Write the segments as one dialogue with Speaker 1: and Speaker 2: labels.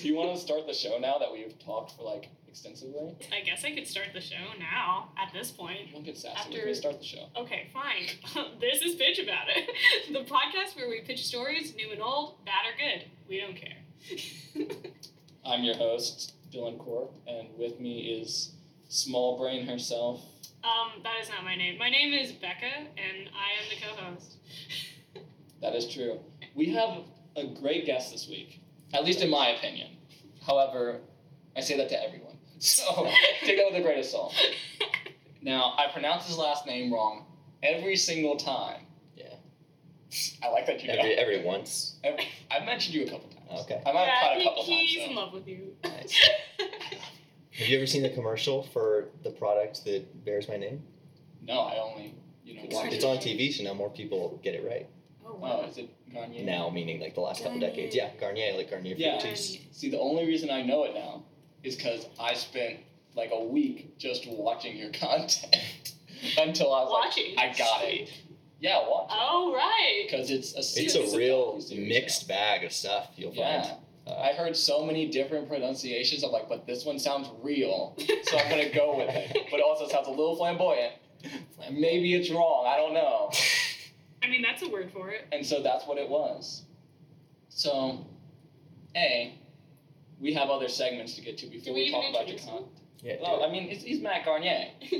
Speaker 1: you want to start the show now that we've talked for like extensively?
Speaker 2: I guess I could start the show now at this point.
Speaker 1: Don't get sassy. We're
Speaker 2: After-
Speaker 1: gonna start the show.
Speaker 2: Okay, fine. this is Pitch About It, the podcast where we pitch stories, new and old, bad or good. We don't care.
Speaker 1: I'm your host, Dylan Corp, and with me is Small Brain herself.
Speaker 2: um, that is not my name. My name is Becca, and I am the co host.
Speaker 1: That is true. We have a great guest this week, at least in my opinion. However, I say that to everyone. So take that with a grain of salt. Now, I pronounce his last name wrong every single time.
Speaker 3: Yeah.
Speaker 1: I like that you
Speaker 3: Every,
Speaker 1: know.
Speaker 3: every once.
Speaker 1: Every, I've mentioned you a couple times.
Speaker 3: Okay.
Speaker 1: I might have
Speaker 2: yeah,
Speaker 1: caught a
Speaker 2: he,
Speaker 1: couple
Speaker 2: he's
Speaker 1: times.
Speaker 2: in
Speaker 1: though.
Speaker 2: love with you.
Speaker 3: Nice. Have you ever seen the commercial for the product that bears my name?
Speaker 1: No, I only, you know, watch
Speaker 3: It's on TV, so now more people get it right.
Speaker 2: oh, wow.
Speaker 1: Oh, is it Garnier?
Speaker 3: Now, meaning like the last couple
Speaker 2: Garnier.
Speaker 3: decades. Yeah, Garnier, like Garnier
Speaker 1: Yeah.
Speaker 3: fructis.
Speaker 1: See, the only reason I know it now is because I spent like a week just watching your content until I was
Speaker 2: Watching.
Speaker 1: like, I got it. Yeah, watch.
Speaker 2: Oh, right.
Speaker 1: Because it's a series
Speaker 3: It's
Speaker 1: of
Speaker 3: a real
Speaker 1: docuseries
Speaker 3: mixed bag of stuff you'll
Speaker 1: now. Yeah.
Speaker 3: find. Uh,
Speaker 1: I heard so many different pronunciations. I'm like, but this one sounds real, so I'm gonna go with it. But it also sounds a little flamboyant. Maybe it's wrong. I don't know.
Speaker 2: I mean, that's a word for it.
Speaker 1: And so that's what it was. So, A, we have other segments to get to before
Speaker 2: we
Speaker 1: we,
Speaker 2: even
Speaker 1: talk about your
Speaker 2: introduce
Speaker 1: content.
Speaker 3: yeah,
Speaker 1: Well,
Speaker 3: do
Speaker 1: I
Speaker 3: it.
Speaker 1: mean, it's, he's Matt Garnier. Like,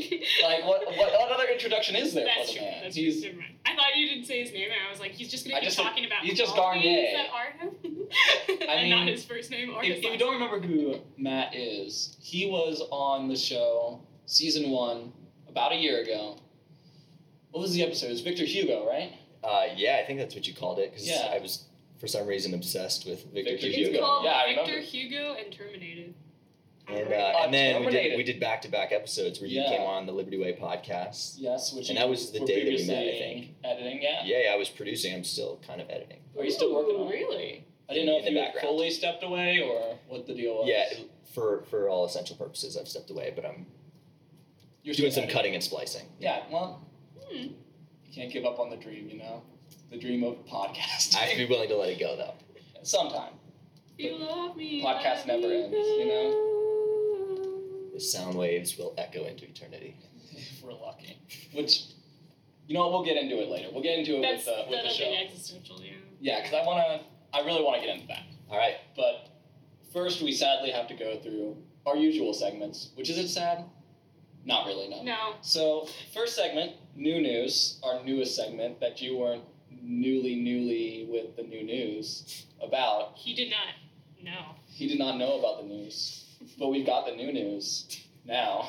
Speaker 1: what, what, what other introduction is there
Speaker 2: That's
Speaker 1: for the
Speaker 2: true.
Speaker 1: man?
Speaker 2: That's
Speaker 1: he's,
Speaker 2: true. Never mind. I thought you didn't say his name, and I was like, he's just gonna
Speaker 1: I
Speaker 2: be
Speaker 1: just said-
Speaker 2: talking about
Speaker 1: he's just
Speaker 2: all these
Speaker 1: Garnier.
Speaker 2: that are him,
Speaker 1: I
Speaker 2: and not
Speaker 1: mean,
Speaker 2: his first name or
Speaker 1: if,
Speaker 2: his
Speaker 1: if you
Speaker 2: last
Speaker 1: don't remember who Matt is, he was on the show season one about a year ago. What was the episode? It was Victor Hugo, right?
Speaker 3: Uh, yeah, I think that's what you called it because
Speaker 1: Yeah.
Speaker 3: I was, for some reason, obsessed with Victor,
Speaker 1: Victor
Speaker 2: name.
Speaker 3: Hugo.
Speaker 2: It's called
Speaker 1: Yeah, I
Speaker 2: Victor
Speaker 1: remember.
Speaker 2: Hugo and Terminated.
Speaker 3: And, uh,
Speaker 2: Alright.
Speaker 1: Uh,
Speaker 3: and then we
Speaker 1: Terminated.
Speaker 3: did, we did back-to-back episodes where
Speaker 1: Yeah.
Speaker 3: you came on the Liberty Way podcast.
Speaker 1: Yes, which
Speaker 3: And
Speaker 1: you
Speaker 3: that was the
Speaker 1: were
Speaker 3: day that we
Speaker 1: previously
Speaker 3: met, I think.
Speaker 1: Editing, yeah.
Speaker 3: Yeah, yeah, I was producing. I'm still kind of editing.
Speaker 1: Are you still working
Speaker 2: Ooh,
Speaker 1: on it?
Speaker 2: Really?
Speaker 1: I didn't know
Speaker 3: in
Speaker 1: if
Speaker 3: the
Speaker 1: you had
Speaker 3: background.
Speaker 1: fully stepped away or what the deal was.
Speaker 3: Yeah, it- for for all essential purposes, I've stepped away, but I'm
Speaker 1: you're
Speaker 3: doing
Speaker 1: still
Speaker 3: some
Speaker 1: editing.
Speaker 3: cutting and splicing.
Speaker 1: Yeah, well,
Speaker 2: Hmm.
Speaker 1: you can't give up on the dream, you know, the dream of podcasting.
Speaker 3: I have to be willing to let it go though.
Speaker 1: Sometime.
Speaker 2: You love me.
Speaker 1: Podcast
Speaker 2: let
Speaker 1: never
Speaker 2: me
Speaker 1: ends, you
Speaker 3: The sound waves will echo into eternity.
Speaker 1: if we're lucky. Which, you know, what, we'll get into it later. We'll get into it
Speaker 2: That's
Speaker 1: with the with the
Speaker 2: that'll
Speaker 1: show.
Speaker 2: be existential, yeah.
Speaker 1: Yeah, because I wanna, I really wanna get into that.
Speaker 3: All right.
Speaker 1: But first, we sadly have to go through our usual segments. Which is it sad? Not really, no.
Speaker 2: No.
Speaker 1: So first segment, new news. Our newest segment that you weren't newly newly with the new news about.
Speaker 2: He did not. No.
Speaker 1: He did not know about the news, but we've got the new news now.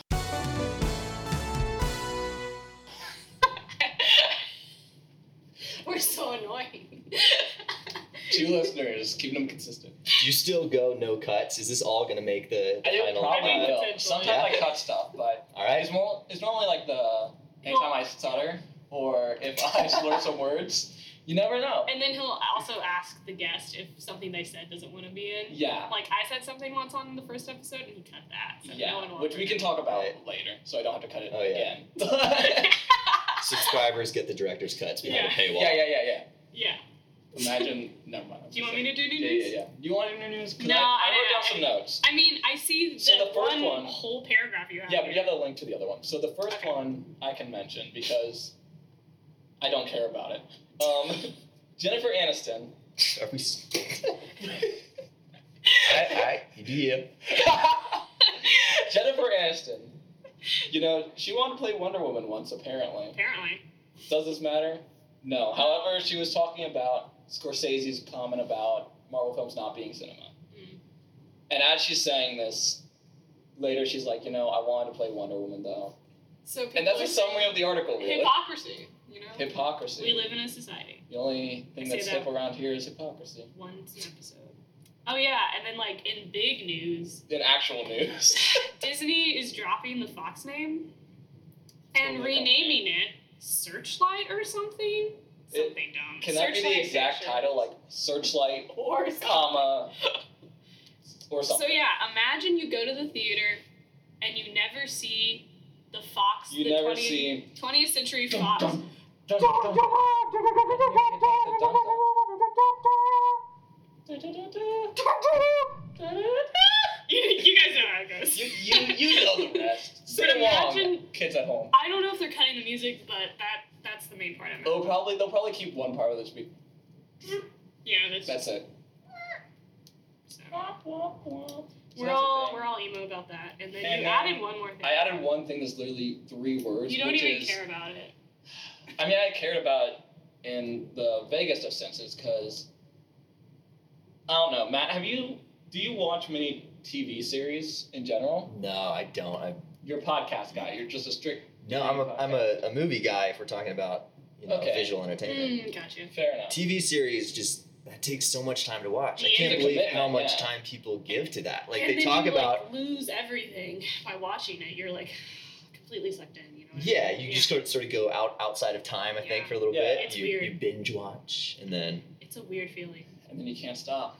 Speaker 2: We're so annoying.
Speaker 1: Two listeners, keeping them consistent.
Speaker 3: Do you still go no cuts? Is this all gonna make the, the
Speaker 1: I do
Speaker 3: final?
Speaker 1: probably
Speaker 2: I mean,
Speaker 1: will.
Speaker 2: potentially.
Speaker 1: Sometimes I
Speaker 3: Yeah.
Speaker 1: cut stuff, but
Speaker 3: All
Speaker 1: It's
Speaker 3: right.
Speaker 1: more. It's normally like the anytime I stutter or if I slur some words. You never know.
Speaker 2: And then he'll also ask the guest if something they said doesn't want to be in.
Speaker 1: Yeah,
Speaker 2: Like I said something once on the first episode, and he cut that. So
Speaker 1: yeah.
Speaker 2: No one will
Speaker 1: Which we can talk about
Speaker 3: Right.
Speaker 1: later, so I don't have to cut it
Speaker 3: Oh, yeah.
Speaker 1: again.
Speaker 3: Subscribers get the director's cuts behind
Speaker 2: Yeah.
Speaker 3: a paywall.
Speaker 1: yeah, yeah, yeah,
Speaker 2: yeah.
Speaker 1: yeah. Imagine. never mind.
Speaker 2: Do you want me to do new
Speaker 1: Yeah,
Speaker 2: news?
Speaker 1: yeah, yeah. You want to do news? 'Cause
Speaker 2: No,
Speaker 1: I,
Speaker 2: I
Speaker 1: wrote down some
Speaker 2: didn't-
Speaker 1: notes.
Speaker 2: I mean, I see
Speaker 1: So
Speaker 2: that
Speaker 1: the first
Speaker 2: one,
Speaker 1: one-
Speaker 2: whole paragraph you have.
Speaker 1: Yeah, but you
Speaker 2: here.
Speaker 1: have a link to the other one. So the first
Speaker 2: Okay.
Speaker 1: one I can mention because I don't care about it. Um, Jennifer Aniston.
Speaker 3: Are we? s- I, I, yeah.
Speaker 1: Jennifer Aniston. You know, she wanted to play Wonder Woman once, apparently.
Speaker 2: Apparently.
Speaker 1: Does this matter? No. However, she was talking about Scorsese's comment about Marvel films not being cinema.
Speaker 2: Mm.
Speaker 1: And as she's saying this, later she's like, you know, I wanted to play Wonder Woman, though.
Speaker 2: So
Speaker 1: And that's a summary of the article, really.
Speaker 2: hypocrisy. You know.
Speaker 1: Hypocrisy.
Speaker 2: We live in a society.
Speaker 1: the only thing
Speaker 2: Say
Speaker 1: that's
Speaker 2: that.
Speaker 1: hip around here is hypocrisy.
Speaker 2: Once an episode. Oh yeah, and then like in big news,
Speaker 1: In actual news.
Speaker 2: Disney is dropping the Fox name
Speaker 1: Oh
Speaker 2: and
Speaker 1: my
Speaker 2: renaming it Searchlight or something.
Speaker 1: It-
Speaker 2: Something dumb.
Speaker 1: Can that be the
Speaker 2: Searchlight
Speaker 1: exact
Speaker 2: Pictures.
Speaker 1: title? Like, Searchlight,
Speaker 2: Or
Speaker 1: comma, or something.
Speaker 2: So yeah, imagine you go to the theater and you never see the Fox,
Speaker 1: You
Speaker 2: the
Speaker 1: never
Speaker 2: 20th,
Speaker 1: see.
Speaker 2: 20th century Fox.
Speaker 1: Dun, dun, dun.
Speaker 2: You, you guys know how it goes.
Speaker 1: You, you, you know the rest. Sing
Speaker 2: But
Speaker 1: along,
Speaker 2: imagine-
Speaker 1: kids at home.
Speaker 2: I don't know if they're cutting the music, but that that's the main part of it.
Speaker 1: They'll probably they'll probably keep one part of this week.
Speaker 2: Yeah, that's,
Speaker 1: That's it.
Speaker 2: so.
Speaker 1: So
Speaker 2: We're
Speaker 1: that's a
Speaker 2: all
Speaker 1: thing.
Speaker 2: we're all emo about that. And then
Speaker 1: And then
Speaker 2: you added one more thing.
Speaker 1: I added one thing that's literally three words.
Speaker 2: you don't
Speaker 1: which
Speaker 2: even
Speaker 1: is,
Speaker 2: care about it.
Speaker 1: I mean, I cared about it in the vaguest of senses because I don't know, Matt. Have you do you watch many TV series in general?
Speaker 3: No, I don't. I
Speaker 1: You're a podcast guy. You're just a strict.
Speaker 3: no, I'm a I'm a, a movie guy. If we're talking about you know
Speaker 1: Okay.
Speaker 3: visual entertainment,
Speaker 2: Mm, gotcha.
Speaker 1: Fair enough.
Speaker 3: TV series just that takes so much time to watch. I
Speaker 2: Yeah.
Speaker 3: can't
Speaker 1: It's a
Speaker 3: believe how
Speaker 1: commitment,
Speaker 3: much
Speaker 1: yeah.
Speaker 3: time people give to that. Like
Speaker 2: and
Speaker 3: they
Speaker 2: then
Speaker 3: talk
Speaker 2: you,
Speaker 3: about.
Speaker 2: like, lose everything by watching it. You're like completely sucked in. You know. What
Speaker 3: yeah,
Speaker 2: I mean?
Speaker 3: you just sort of, sort of go out outside of time. I think
Speaker 2: Yeah.
Speaker 3: for a little
Speaker 1: Yeah.
Speaker 3: bit.
Speaker 2: It's
Speaker 3: you,
Speaker 2: weird.
Speaker 3: you binge watch and then
Speaker 2: It's a weird feeling.
Speaker 1: And then you can't stop.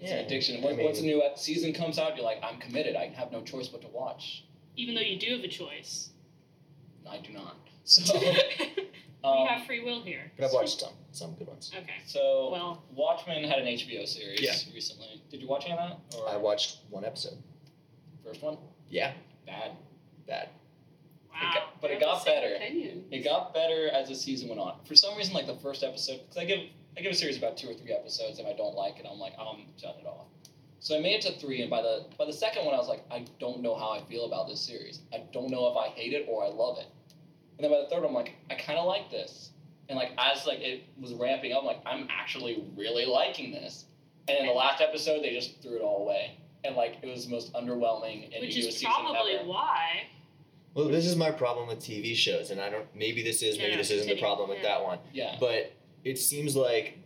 Speaker 1: It's an addiction.
Speaker 3: I
Speaker 1: Once,
Speaker 3: mean-
Speaker 1: once a new season comes out, you're like, I'm committed. I have no choice but to watch.
Speaker 2: Even though you do have a choice.
Speaker 1: I do not. So,
Speaker 2: we
Speaker 1: um,
Speaker 2: have free will here.
Speaker 3: But I've watched some some good ones.
Speaker 2: Okay.
Speaker 1: so
Speaker 2: Well,
Speaker 1: Watchmen had an HBO series
Speaker 3: Yeah.
Speaker 1: recently. Did you watch any of that? Or
Speaker 3: I watched one episode.
Speaker 1: first one?
Speaker 3: Yeah,
Speaker 1: Bad.
Speaker 3: bad.
Speaker 2: wow.
Speaker 1: got- but
Speaker 2: we
Speaker 1: it
Speaker 2: have the
Speaker 1: got
Speaker 2: same
Speaker 1: better.
Speaker 2: Opinion.
Speaker 1: It got better as the season went on. For some reason, like the first episode, because I give I give a series about two or three episodes, if I don't like it, I'm like, I'm shutting it off. So I made it to three, and by the by the second one, I was like, I don't know how I feel about this series. I don't know if I hate it or I love it. And then by the third, one, I'm like, I kind of like this. And like as like it was ramping up, I'm like I'm actually really liking this. And in the last episode, they just threw it all away, and like it was the most underwhelming.
Speaker 2: Which
Speaker 1: ambiguous
Speaker 2: is
Speaker 1: season
Speaker 2: probably
Speaker 1: ever.
Speaker 2: why.
Speaker 3: Well, this is my problem with TV shows, and I don't. Maybe this is.
Speaker 2: No,
Speaker 3: Maybe
Speaker 2: no,
Speaker 3: this isn't the
Speaker 2: continue.
Speaker 3: problem with
Speaker 2: Yeah.
Speaker 3: that one.
Speaker 1: yeah.
Speaker 3: But it seems like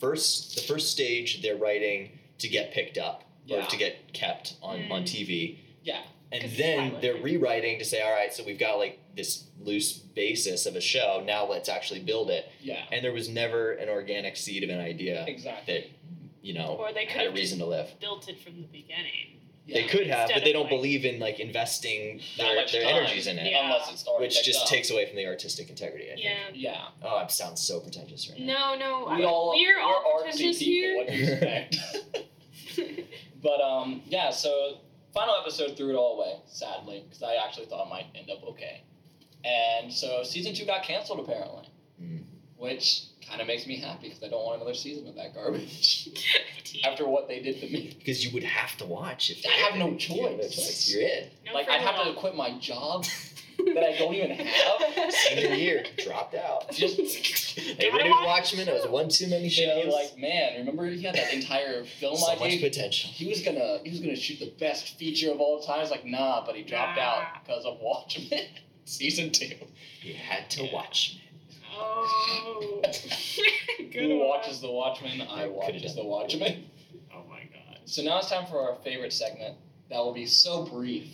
Speaker 3: first the first stage they're writing to get picked up or
Speaker 1: Yeah.
Speaker 3: to get kept on on
Speaker 2: Mm.
Speaker 3: TV.
Speaker 1: Yeah.
Speaker 3: And
Speaker 2: 'Cause it's
Speaker 3: then
Speaker 2: pilot.
Speaker 3: they're rewriting to say, all right, so we've got like this loose basis of a show. Now let's actually build it.
Speaker 1: Yeah.
Speaker 3: And there was never an organic seed of an idea
Speaker 1: Exactly.
Speaker 3: that you know
Speaker 2: Or they could
Speaker 3: had a
Speaker 2: have just
Speaker 3: reason to live.
Speaker 2: built it from the beginning.
Speaker 1: Yeah.
Speaker 3: They could have,
Speaker 2: Instead
Speaker 3: but they
Speaker 2: of,
Speaker 3: don't
Speaker 2: like-
Speaker 3: believe in like investing
Speaker 1: That
Speaker 3: their,
Speaker 1: much
Speaker 3: their
Speaker 1: time.
Speaker 3: energies in it,
Speaker 2: Yeah.
Speaker 1: unless it's already
Speaker 3: which
Speaker 1: picked
Speaker 3: just
Speaker 1: up.
Speaker 3: takes away from the artistic integrity. I think.
Speaker 2: Yeah.
Speaker 1: Yeah,
Speaker 3: Oh, it sounds so pretentious right now.
Speaker 2: No, no.
Speaker 1: we all
Speaker 2: we're all
Speaker 1: artsy
Speaker 2: pretentious
Speaker 1: people.
Speaker 2: here.
Speaker 1: What do you expect? but um, yeah. So final episode threw it all away, sadly, because I actually thought it might end up okay. And so season two got canceled apparently,
Speaker 3: Mm.
Speaker 1: which kind of makes me happy because I don't want another season of that garbage
Speaker 2: Tea.
Speaker 1: after what they did to me.
Speaker 3: Because you would have to watch if
Speaker 1: I have no
Speaker 3: you have
Speaker 1: choice.
Speaker 3: You're in.
Speaker 2: No
Speaker 1: like
Speaker 2: free
Speaker 1: I'd have
Speaker 2: will.
Speaker 1: to quit my job that I don't even have.
Speaker 3: Senior year, dropped out.
Speaker 1: Just
Speaker 3: They renewed Watchmen. It was one too many
Speaker 1: they'd
Speaker 3: shows.
Speaker 1: be like, man, remember he had that entire
Speaker 2: oh
Speaker 1: film
Speaker 3: so
Speaker 1: idea
Speaker 3: much potential.
Speaker 1: he was gonna he was gonna shoot the best feature of all time. It's like nah, but he dropped
Speaker 2: Nah.
Speaker 1: out because of Watchmen season two.
Speaker 3: You had to
Speaker 1: Yeah.
Speaker 3: watch.
Speaker 2: Oh. Good
Speaker 1: Who
Speaker 2: one.
Speaker 1: watches the Watchmen? I
Speaker 3: Could've
Speaker 1: watches
Speaker 3: done.
Speaker 1: the Watchmen.
Speaker 2: Oh my god.
Speaker 1: So now it's time for our favorite segment. That will be so brief.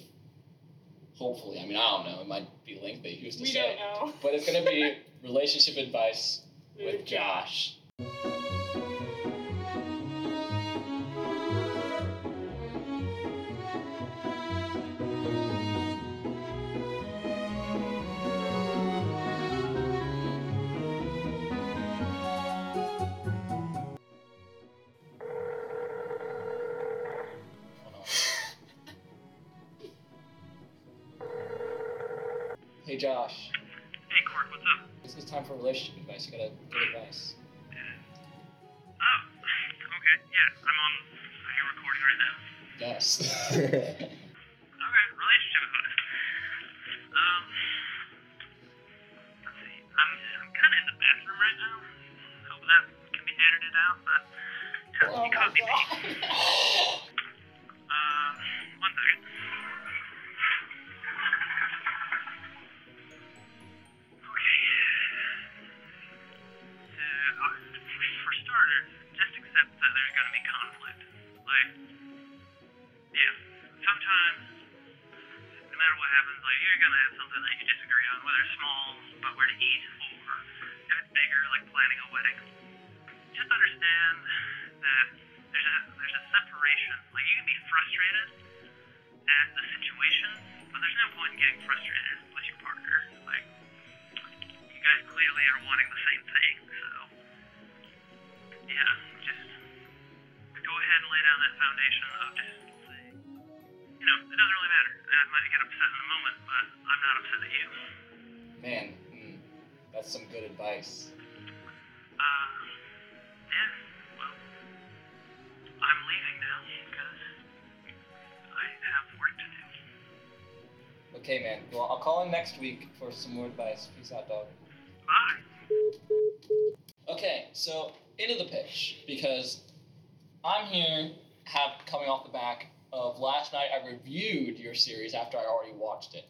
Speaker 1: Hopefully, I mean I don't know. It might be lengthy. Who's to
Speaker 2: We
Speaker 1: say?
Speaker 2: don't know.
Speaker 1: But it's gonna be relationship advice with Josh. Hey Josh.
Speaker 4: Hey, Cork, what's up?
Speaker 1: It's, it's time for relationship advice. You gotta give advice.
Speaker 4: Oh, okay, yeah, I'm on. Are you recording right now?
Speaker 1: Yes.
Speaker 3: It.
Speaker 4: Okay, relationship advice. Um, let's see. I'm, I'm kind of in the bathroom right now. Hope that can be edited out, but yeah,
Speaker 2: Oh
Speaker 4: you caught
Speaker 2: my
Speaker 4: me.
Speaker 2: god.
Speaker 4: Um, one second. Okay. Uh, for starters, just accept that there's gonna be conflict. Like, yeah, sometimes, no matter what happens, like you're gonna have something that you disagree on, whether it's small about where to eat, or if it's bigger, like planning a wedding. Just understand that there's a there's a separation. Like you can be frustrated at the situation, but there's no point in getting frustrated with your partner. Like you guys clearly are wanting the same thing, so yeah, just go go ahead and lay down that foundation of just, you know, it doesn't really matter. I might get upset in the moment, but I'm not upset at you.
Speaker 1: Man, mm, that's some good advice.
Speaker 4: Uh, yeah, well, I'm leaving now because I have work to do.
Speaker 1: Okay, man. Well, I'll call in next week for some more advice. Peace out, dog.
Speaker 4: Bye.
Speaker 1: Okay, so into the pitch because I'm here, have coming off the back of last night. I reviewed your series after I already watched it.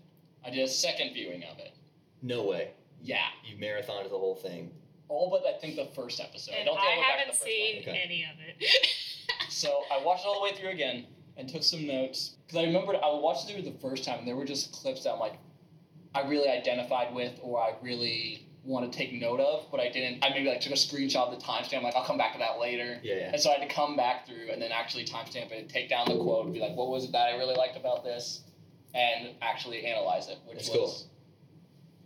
Speaker 1: I did a second viewing of it.
Speaker 3: No way.
Speaker 1: Yeah,
Speaker 3: You marathoned the whole thing.
Speaker 1: all but I think the first episode. I
Speaker 2: And
Speaker 1: don't think I,
Speaker 2: I
Speaker 1: went back to
Speaker 2: haven't
Speaker 1: the first
Speaker 2: seen
Speaker 3: Okay.
Speaker 2: any of it.
Speaker 1: one. So I watched it all the way through again and took some notes because I remembered I watched it through the first time and there were just clips that I'm like, I really identified with or I really want to take note of, but I didn't. I maybe like took a screenshot of the timestamp. like I'll come back to that later.
Speaker 3: Yeah, yeah.
Speaker 1: And so I had to come back through and then actually timestamp it, and take down the quote, and be like, what was it that I really liked about this? And actually analyze it, which
Speaker 3: That's
Speaker 1: was
Speaker 3: cool.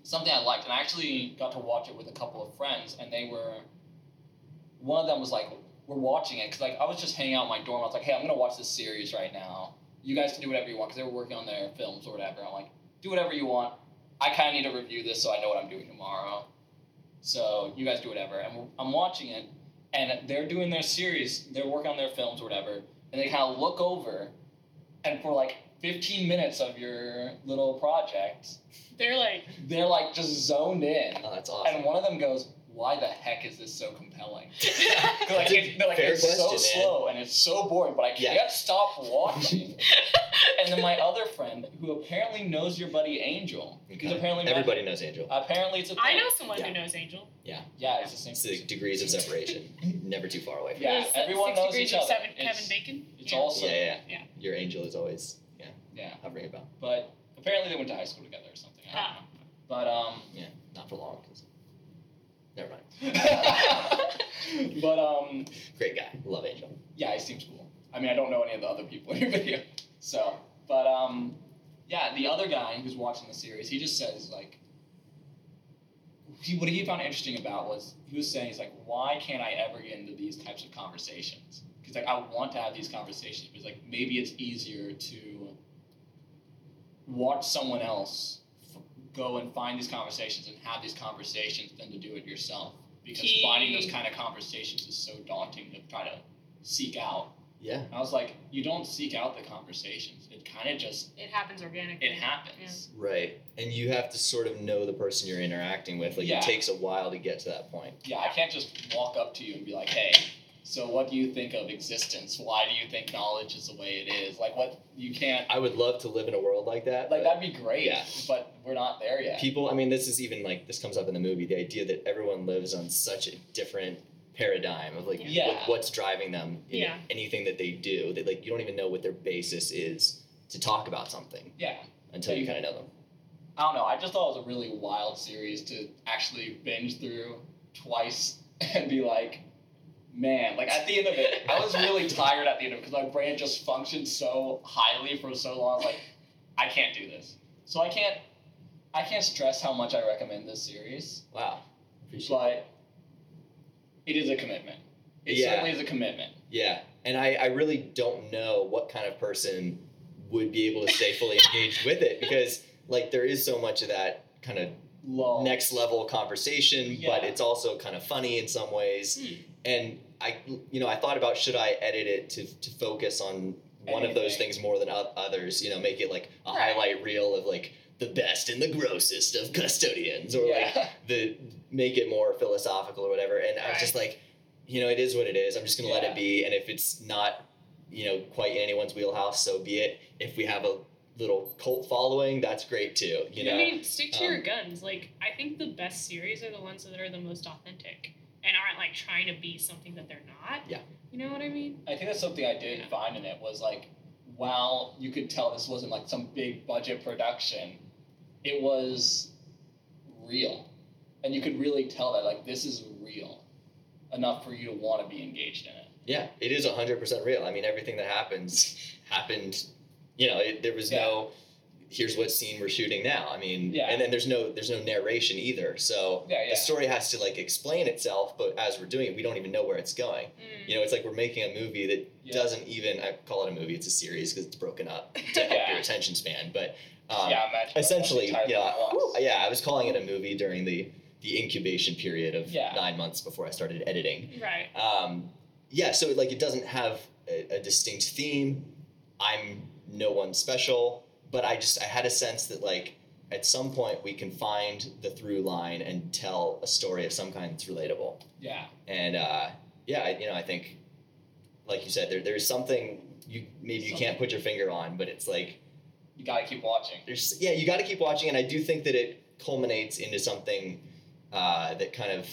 Speaker 1: something I liked. And I actually got to watch it with a couple of friends, and they were, one of them was like, we're watching it. Because like, I was just hanging out in my dorm. I was like, hey, I'm going to watch this series right now. You guys can do whatever you want, because they were working on their films or whatever. I'm like, do whatever you want. I kind of need to review this so I know what I'm doing tomorrow. So you guys do whatever. And we're- I'm watching it and they're doing their series, they're working on their films or whatever, and they kind of look over, and for like 15 minutes of your little project,
Speaker 2: They're like,
Speaker 1: they're like just zoned in.
Speaker 3: Oh, that's awesome.
Speaker 1: And one of them goes, Why the heck is this so compelling? They're like,
Speaker 3: That's a
Speaker 1: it- they're like,
Speaker 3: fair
Speaker 1: it's so
Speaker 3: question, man."
Speaker 1: slow and it's so boring, but I
Speaker 3: Yeah.
Speaker 1: can't stop watching. and then my other friend, who apparently knows your buddy Angel, because
Speaker 3: Okay.
Speaker 1: apparently
Speaker 3: Everybody knows Angel.
Speaker 1: apparently it's a
Speaker 2: I
Speaker 1: thing.
Speaker 2: know someone
Speaker 3: Yeah.
Speaker 2: who knows Angel.
Speaker 1: Yeah, it's the same.
Speaker 3: It's the degrees of separation. Never too far away. From
Speaker 1: Yeah,
Speaker 2: There's
Speaker 1: everyone
Speaker 2: six
Speaker 1: knows
Speaker 2: degrees
Speaker 1: each
Speaker 2: of
Speaker 1: other.
Speaker 2: Seven,
Speaker 1: It's-
Speaker 2: Kevin Bacon.
Speaker 1: It's
Speaker 2: yeah.
Speaker 1: also
Speaker 3: yeah, yeah, yeah.
Speaker 2: Yeah.
Speaker 3: Your angel is always yeah
Speaker 1: yeah.
Speaker 3: hovering about.
Speaker 1: but apparently they went to high school together or something. I
Speaker 2: Ah. Uh,
Speaker 1: don't know. But um,
Speaker 3: Not for long. 'cause- Never mind.
Speaker 1: but um,
Speaker 3: Great guy. Love Angel.
Speaker 1: yeah, he seems cool. I mean, I don't know any of the other people in your video, so. But um, yeah, the other guy who's watching the series, he just says like, he what he found interesting about was he was saying he's like, why can't I ever get into these types of conversations? Because like I want to have these conversations, but he's like maybe it's easier to watch someone else f- go and find these conversations and have these conversations than to do it yourself because
Speaker 2: He-
Speaker 1: finding those kind of conversations is so daunting to try to seek out.
Speaker 3: Yeah.
Speaker 1: And I was like, you don't seek out the conversations. It kind of just
Speaker 2: It happens organically.
Speaker 1: it happens.
Speaker 3: Right. And you have to sort of know the person you're interacting with. Like
Speaker 1: Yeah.
Speaker 3: it takes a while to get to that point.
Speaker 1: Yeah. I can't just walk up to you and be like, hey, so what do you think of existence? Why do you think knowledge is the way it is? Like what you can't
Speaker 3: I would love to live in a world like that.
Speaker 1: like
Speaker 3: but-
Speaker 1: that'd be great,
Speaker 3: Yeah.
Speaker 1: but we're not there yet.
Speaker 3: people i mean this is even like this comes up in the movie the idea that everyone lives on such a different paradigm of like
Speaker 1: Yeah.
Speaker 3: what, what's driving them in
Speaker 2: Yeah.
Speaker 3: anything that they do that like you don't even know what their basis is to talk about something
Speaker 1: Yeah.
Speaker 3: until you
Speaker 1: Yeah.
Speaker 3: kind of know them
Speaker 1: I don't know. I just thought it was a really wild series to actually binge through twice and be like, man, like at the end of it, I was really tired at the end of it because my brain just functioned so highly for so long. I was like, I can't do this. So I can't, I can't stress how much I recommend this series,
Speaker 3: wow appreciate it.
Speaker 1: but it is a commitment. It
Speaker 3: Yeah.
Speaker 1: certainly is a commitment.
Speaker 3: yeah and I, I really don't know what kind of person would be able to stay fully engaged with it because like there is so much of that kind of
Speaker 1: Long.
Speaker 3: next level conversation, but
Speaker 1: Oh. Yeah. Hmm.
Speaker 3: it's also kind of funny in some ways.
Speaker 2: Mm.
Speaker 3: And I, you know, I thought about should I edit it to, to focus on one of those
Speaker 1: Anything.
Speaker 3: things more than o- others, you know, make it like a
Speaker 2: Right.
Speaker 3: highlight reel of like the best and the grossest of custodians or like
Speaker 1: Yeah.
Speaker 3: the make it more philosophical or whatever. And I was
Speaker 2: Right.
Speaker 3: just like, you know, it is what it is. I'm just gonna let
Speaker 1: Yeah.
Speaker 3: it be. And if it's not, you know, quite in anyone's wheelhouse, so be it. If we have a little cult following, that's great too. You know,
Speaker 2: I mean, stick to your
Speaker 3: um,
Speaker 2: guns. Like, I think the best series are the ones that are the most authentic and aren't like trying to be something that they're not.
Speaker 3: Yeah.
Speaker 2: You know what I mean?
Speaker 1: I think that's something I did find in it was like, while you could tell this wasn't like some big budget production, it was real, and you could really tell that like this is real enough for you to want to be engaged in it.
Speaker 3: Yeah, it is 100% real. I mean, everything that happens happened, you know, it, there was no here's what scene we're shooting now. I mean,
Speaker 1: Yeah.
Speaker 3: and then there's no there's no narration either. So
Speaker 1: Yeah, yeah.
Speaker 3: the story has to like explain itself, but as we're doing it, we don't even know where it's going.
Speaker 2: Mm.
Speaker 3: You know, it's like we're making a movie that
Speaker 1: Yeah.
Speaker 3: doesn't even I call it a movie. It's a series because it's broken up to help
Speaker 1: Yeah.
Speaker 3: your attention span. But um,
Speaker 1: yeah, imagine.
Speaker 3: essentially,
Speaker 1: Entire
Speaker 3: yeah,
Speaker 1: thing at once.
Speaker 3: yeah, I was calling it a movie during the the incubation period of
Speaker 1: Yeah.
Speaker 3: nine months before I started editing
Speaker 2: Right.
Speaker 3: um, yeah so like it doesn't have a, a distinct theme i'm no one special but i just i had a sense that like at some point we can find the through line and tell a story of some kind that's relatable
Speaker 1: Yeah.
Speaker 3: and uh, yeah I, you know i think like you said there, there's something you maybe you can't put your finger on but it's like
Speaker 1: You gotta keep watching.
Speaker 3: there's yeah you got to keep watching and i do think that it culminates into something uh, that kind of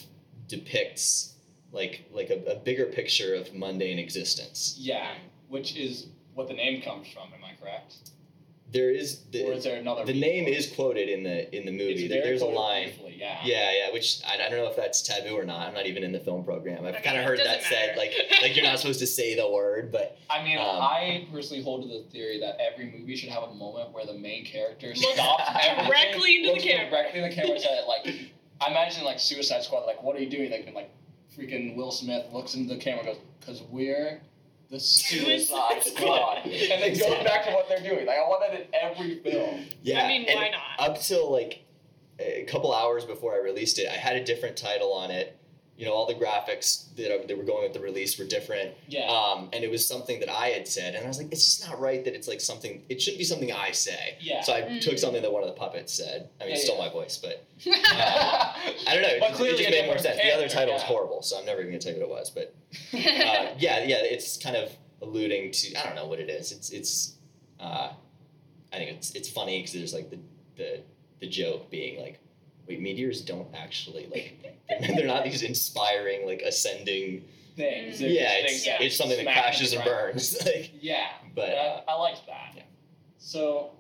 Speaker 3: depicts like like a, a bigger picture of mundane existence
Speaker 1: Yeah, which is what the name comes from. Am I correct?
Speaker 3: there is
Speaker 1: or is
Speaker 3: the,
Speaker 1: there another?
Speaker 3: the
Speaker 1: reason
Speaker 3: name
Speaker 1: for it?
Speaker 3: is quoted in the in the movie
Speaker 1: It's
Speaker 3: that
Speaker 1: very
Speaker 3: there's a
Speaker 1: quoted
Speaker 3: line
Speaker 1: briefly, Yeah.
Speaker 3: yeah yeah which I, I don't know if that's taboo or not i'm not even in the film program i've
Speaker 2: Okay,
Speaker 3: kind of heard
Speaker 2: doesn't
Speaker 3: that said
Speaker 2: matter.
Speaker 3: like like you're not supposed to say the word but
Speaker 1: I mean,
Speaker 3: Um,
Speaker 1: I personally hold to the theory that every movie should have a moment where the main character
Speaker 2: Looks
Speaker 1: stops everything,
Speaker 2: directly into the
Speaker 1: looks
Speaker 2: camera.
Speaker 1: directly in the camera, and said, like, I imagine like Suicide Squad, like, what are you doing? Like, and, like, freaking Will Smith looks into the camera, and goes, "Cause we're the Suicide
Speaker 2: Suicide
Speaker 1: Squad,"
Speaker 3: Squad.
Speaker 1: and then goes back to what they're doing. Like, I want that in every film.
Speaker 3: yeah
Speaker 2: I mean,
Speaker 3: and-
Speaker 2: why not?
Speaker 3: up till like a couple hours before I released it, I had a different title on it. You know, all the graphics that, I, that were going with the release were different.
Speaker 1: Yeah.
Speaker 3: Um, and it was something that I had said. And I was like, it's just not right that it's like something, it shouldn't be something I say.
Speaker 1: Yeah.
Speaker 3: So I
Speaker 2: Mm.
Speaker 3: took something that one of the puppets said. I mean,
Speaker 1: Yeah,
Speaker 3: it stole
Speaker 1: yeah.
Speaker 3: my voice, but
Speaker 1: yeah.
Speaker 3: uh, I don't know. It,
Speaker 1: But
Speaker 3: just- it
Speaker 1: clearly
Speaker 3: just
Speaker 1: a
Speaker 3: made more
Speaker 1: different
Speaker 3: sense. The other
Speaker 1: character,
Speaker 3: title was
Speaker 1: yeah.
Speaker 3: horrible, so I'm never even going to tell you what it was. But uh, yeah, yeah, it's kind of alluding to, I don't know what it is. It's, it's, uh, I think it's it's funny because there's like the, the the joke being like, wait, meteors don't actually like they're not these inspiring like ascending.
Speaker 1: Things. They're
Speaker 3: Mm-hmm.
Speaker 1: just
Speaker 3: yeah, it's
Speaker 1: things that
Speaker 3: it's something that
Speaker 1: smack into
Speaker 3: crashes
Speaker 1: the
Speaker 3: and
Speaker 1: ground.
Speaker 3: burns. like,
Speaker 1: Yeah.
Speaker 3: but uh,
Speaker 1: I, I liked that.
Speaker 3: yeah.
Speaker 1: So,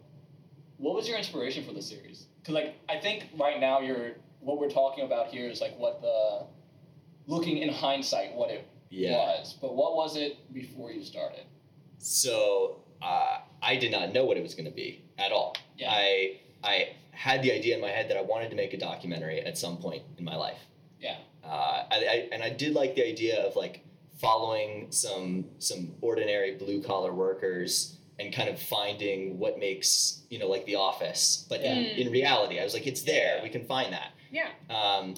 Speaker 1: what was your inspiration for the series? Because like I think right now you're what we're talking about here is like what the looking in hindsight what it
Speaker 3: yeah,
Speaker 1: was, but what was it before you started?
Speaker 3: so uh, I did not know what it was going to be at all.
Speaker 1: Yeah.
Speaker 3: I I had the idea in my head that I wanted to make a documentary at some point in my life.
Speaker 1: Yeah.
Speaker 3: Uh, I, I, and I did like the idea of like following some some ordinary blue collar workers and kind of finding what makes you know like the office, but in,
Speaker 2: Yeah.
Speaker 3: in reality, I was like, it's there.
Speaker 1: Yeah.
Speaker 3: We can find that.
Speaker 2: Yeah.
Speaker 3: Um,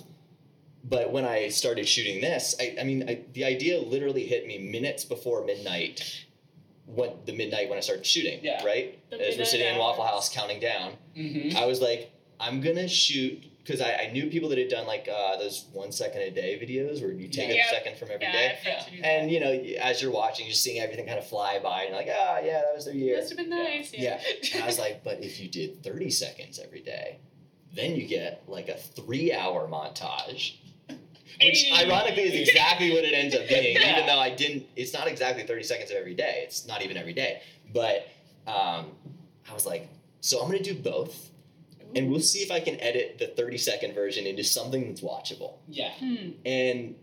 Speaker 3: but when I started shooting this, I, I mean, I, the idea literally hit me minutes before midnight, when the midnight when I started shooting.
Speaker 1: Yeah.
Speaker 3: Right.
Speaker 2: The
Speaker 3: As we're
Speaker 2: midnight
Speaker 3: sitting in Waffle
Speaker 2: hours.
Speaker 3: House counting down.
Speaker 1: Mm-hmm.
Speaker 3: I was like, I'm gonna shoot because I, I knew people that had done like uh, those one second a day videos where you take
Speaker 2: Yeah.
Speaker 3: a second from every
Speaker 2: yeah,
Speaker 3: day,
Speaker 2: I have friends who do that.
Speaker 3: and you know as you're watching, you're seeing everything kind of fly by, and you're like, ah, yeah, that was their year.
Speaker 2: Must have been nice. Yeah.
Speaker 3: Yeah. And I was like, but if you did 30 seconds every day, then you get like a three hour montage. Which
Speaker 2: Hey.
Speaker 3: ironically is exactly what it ends up being,
Speaker 1: Yeah.
Speaker 3: even though I didn't, it's not exactly 30 seconds of every day. It's not even every day. But um, I was like, so I'm going to do both. And we'll see if I can edit the 30 second version into something that's watchable
Speaker 1: Yeah.
Speaker 2: Hmm.
Speaker 3: and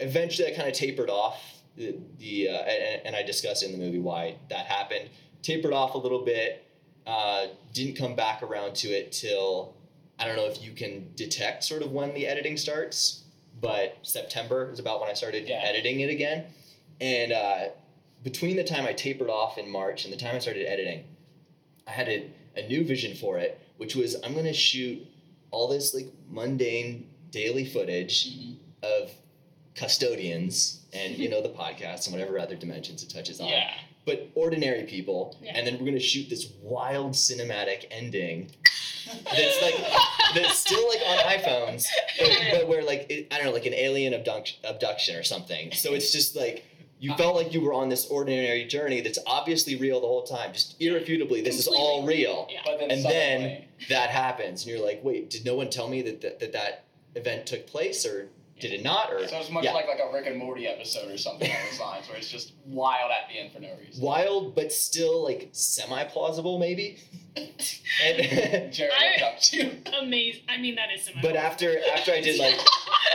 Speaker 3: eventually I kind of tapered off the, the uh, and, and I discuss in the movie why that happened. Tapered off a little bit. Uh, didn't come back around to it till I don't know if you can detect sort of when the editing starts, but September is about when I started
Speaker 1: Yeah.
Speaker 3: editing it again. And uh, between the time I tapered off in March and the time I started editing, I had a, a new vision for it, which was I'm gonna shoot all this like mundane daily footage
Speaker 1: Mhm.
Speaker 3: of custodians and you know the podcast and whatever other dimensions it touches on
Speaker 1: Yeah.
Speaker 3: but ordinary people
Speaker 2: Yeah.
Speaker 3: and then we're going to shoot this wild cinematic ending that's like that's still like on iphones but, but where like it, i don't know like an alien abduction, abduction or something so it's just like you felt like you were on this ordinary journey that's obviously real the whole time just irrefutably this is all real
Speaker 2: Yeah.
Speaker 1: But then
Speaker 3: And then-
Speaker 1: suddenly,
Speaker 3: that happens and you're like wait did no one tell me that that that, that event took place or did it not or
Speaker 1: so it's much
Speaker 3: yeah.
Speaker 1: like like a Rick and Morty episode or something along those lines, where it's just wild at the end for no reason.
Speaker 3: wild but still like semi plausible maybe and
Speaker 1: Jerry
Speaker 2: I-
Speaker 1: looked up too.
Speaker 2: Amazing. I mean, that is similar.
Speaker 3: but after after i did like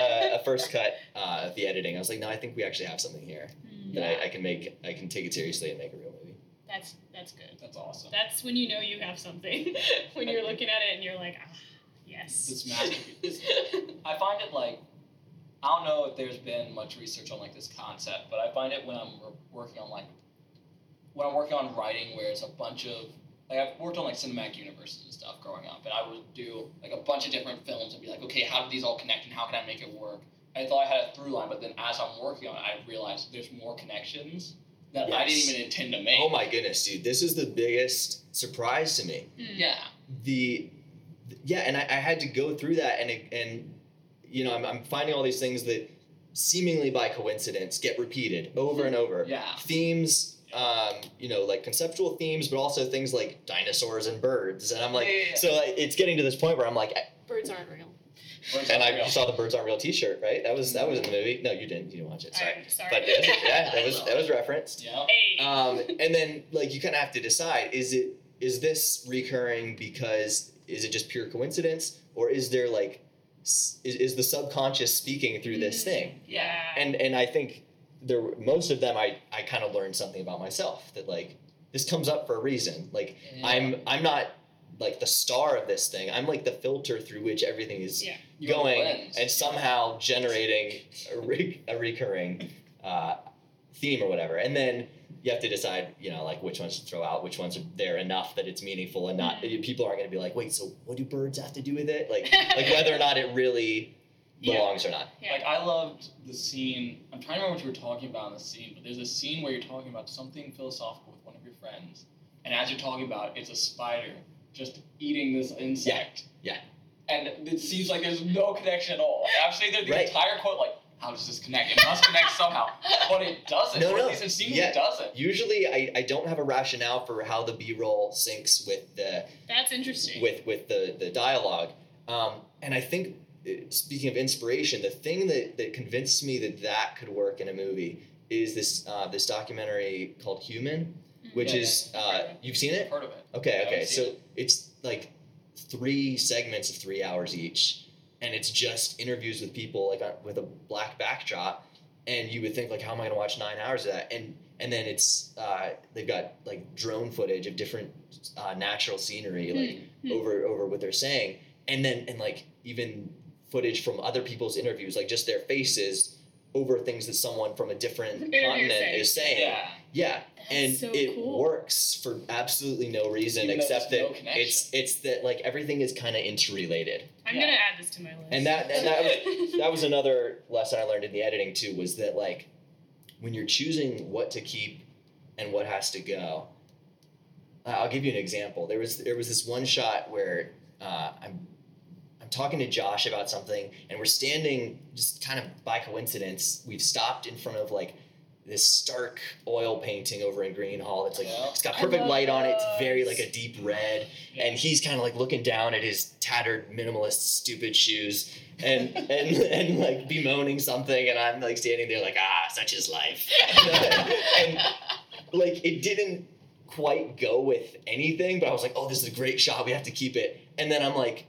Speaker 3: uh, a first cut uh, of the editing i was like no i think we actually have something here
Speaker 2: Hmm.
Speaker 3: that I, I can make i can take it seriously and make a real movie
Speaker 2: that's that's good.
Speaker 1: That's awesome.
Speaker 2: That's when you know you have something. when you're looking at it and you're like, ah, yes. Hmm.
Speaker 1: It's masterpiece. I find it like I don't know if there's been much research on like this concept, but I find it when I'm wor- working on like when I'm working on writing, where it's a bunch of like I've worked on like cinematic universes and stuff growing up, and I would do like a bunch of different films and be like, okay, how do these all connect and how can I make it work? I thought I had a through line, but then as I'm working on it, I realized there's more connections that I
Speaker 3: Yes.
Speaker 1: didn't even intend to make.
Speaker 3: Oh my goodness, dude! This is the biggest surprise to me.
Speaker 2: Mm.
Speaker 1: Yeah.
Speaker 3: the yeah and I, I had to go through that and it- and you know I'm, I'm finding all these things that seemingly by coincidence get repeated over and over
Speaker 1: Yeah.
Speaker 3: themes um, you know like conceptual themes but also things like dinosaurs and birds and i'm like
Speaker 1: Yeah, yeah, yeah.
Speaker 3: so like, it's getting to this point where i'm like I-
Speaker 2: Birds aren't real.
Speaker 1: Whereas
Speaker 3: and
Speaker 1: real-
Speaker 3: i saw the birds aren't real t-shirt right that was that was in the movie no you didn't you didn't watch it sorry
Speaker 2: I'm sorry.
Speaker 3: but yeah, yeah that was that was referenced
Speaker 1: Yeah.
Speaker 2: Hey.
Speaker 3: um, and then like you kind of have to decide is it is this recurring because is it just pure coincidence or is there like s- is, is the subconscious speaking through this
Speaker 2: Mm.
Speaker 1: Mm-hmm.
Speaker 3: thing
Speaker 2: yeah.
Speaker 3: and and i think there were- most of them i i kind of learned something about myself that like this comes up for a reason like i'm i'm not like the star of this thing i'm like the filter through which everything is
Speaker 2: Yeah.
Speaker 1: You have a
Speaker 3: going
Speaker 1: lens.
Speaker 3: and somehow generating a, re- a recurring uh, theme or whatever. And then you have to decide, you know, like which ones to throw out, which ones are there enough that it's meaningful and not
Speaker 2: Mhm.
Speaker 3: people aren't going to be like, wait, so what do birds have to do with it? Like, like whether or not it really
Speaker 2: Yeah.
Speaker 3: belongs or not.
Speaker 2: yeah.
Speaker 1: Like I loved the scene. I'm trying to remember what you were talking about in the scene, but there's a scene where you're talking about something philosophical with one of your friends, and as you're talking about, it, it's a spider just eating this insect.
Speaker 3: yeah.
Speaker 1: And it seems like there's no connection at all. Like, I'm sitting there the
Speaker 3: Right.
Speaker 1: entire quote like, how does this connect? It must connect somehow, but it doesn't.
Speaker 3: No,
Speaker 1: or
Speaker 3: no.
Speaker 1: at least it seems
Speaker 3: Yeah.
Speaker 1: it doesn't.
Speaker 3: Usually I, I don't have a rationale for how the B-roll syncs with the
Speaker 2: That's interesting.
Speaker 3: with with the the dialogue. Um, and I think uh, speaking of inspiration, the thing that that convinced me that that could work in a movie is this uh, this documentary called Human,
Speaker 2: Mm.
Speaker 3: which
Speaker 1: Yeah,
Speaker 3: is
Speaker 2: yeah.
Speaker 3: uh, you've seen
Speaker 1: I've
Speaker 3: it.
Speaker 1: heard of it.
Speaker 3: Okay,
Speaker 1: Yeah,
Speaker 3: okay.
Speaker 1: I've seen
Speaker 3: So it's like three segments of three hours each, and it's just interviews with people like uh, with a black backdrop. And you would think like, how am I going to watch nine hours of that? And and then it's uh, they've got like drone footage of different uh, natural scenery, like
Speaker 2: Hmm.
Speaker 3: over over what they're saying and then and like even footage from other people's interviews like just their faces over things that someone from a different
Speaker 2: Interview
Speaker 3: continent
Speaker 2: saying.
Speaker 3: is saying
Speaker 1: Yeah.
Speaker 3: Yeah,
Speaker 2: That's
Speaker 3: and
Speaker 2: so
Speaker 3: it
Speaker 2: cool.
Speaker 3: works for absolutely no reason
Speaker 1: Even though
Speaker 3: except
Speaker 1: there's
Speaker 3: that
Speaker 1: no connection.
Speaker 3: it's it's that like everything is kind of interrelated
Speaker 2: I'm
Speaker 1: Yeah.
Speaker 2: gonna add this to my list.
Speaker 3: and that and that was, that was another lesson i learned in the editing too was that like when you're choosing what to keep and what has to go I- i'll give you an example there was there was this one shot where uh, i'm i'm talking to josh about something and we're standing just kind of by coincidence we've stopped in front of like this stark oil painting over in greenhall that's like
Speaker 1: Yeah.
Speaker 3: it's got
Speaker 2: I
Speaker 3: perfect
Speaker 2: love
Speaker 3: light on it it's very
Speaker 2: those.
Speaker 3: like a deep red
Speaker 1: Yeah.
Speaker 3: and he's kind of like looking down at his tattered minimalist stupid shoes and and and like bemoaning something and i'm like standing there like ah such is life and like it didn't quite go with anything but i was like oh this is a great shot we have to keep it and then i'm like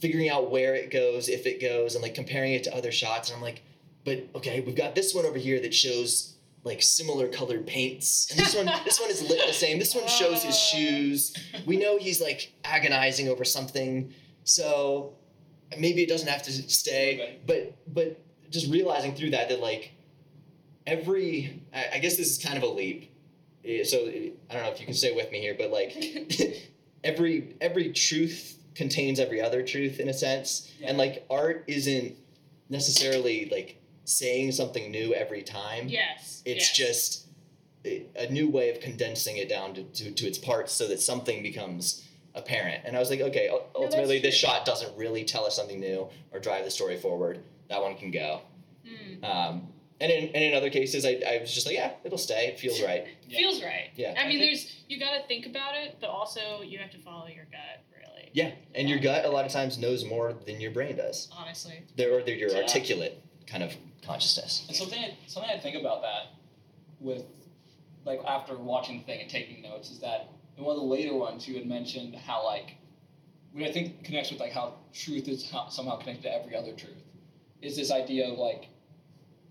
Speaker 3: figuring out where it goes if it goes and like comparing it to other shots and i'm like but okay we've got this one over here that shows like similar colored paints and this one this one is lit the same this one shows his shoes we know he's like agonizing over something so maybe it doesn't have to stay but but just realizing through that that like every i, I guess this is kind of a leap Eh, so eh, i don't know if you can stay with me here but like every every truth contains every other truth in a sense
Speaker 1: Yeah.
Speaker 3: and like art isn't necessarily like saying something new every time
Speaker 2: yes.
Speaker 3: it's
Speaker 2: yes.
Speaker 3: just a a new way of condensing it down to, to, to its parts so that something becomes apparent. And I was like, okay, ul-
Speaker 2: that's
Speaker 3: ultimately, this
Speaker 2: true.
Speaker 3: shot doesn't really tell us something new or drive the story forward. That one can go.
Speaker 2: Mm.
Speaker 3: Um, and, in, and in other cases, I, I was just like, yeah, it'll stay. It feels right.
Speaker 1: Yeah.
Speaker 2: feels right.
Speaker 3: Yeah.
Speaker 2: I mean,
Speaker 1: I think-
Speaker 2: there's you gotta think about it, but also you have to follow your gut, really.
Speaker 3: Yeah. And your gut, a lot of times, knows more than your brain does,
Speaker 2: Honestly.
Speaker 3: there, or their- your
Speaker 1: Yeah.
Speaker 3: articulate kind of consciousness.
Speaker 1: And something I, something I think about that with like after watching the thing and taking notes is that in one of the later ones you had mentioned how like what I think connects with like how truth is how, somehow connected to every other truth is this idea of like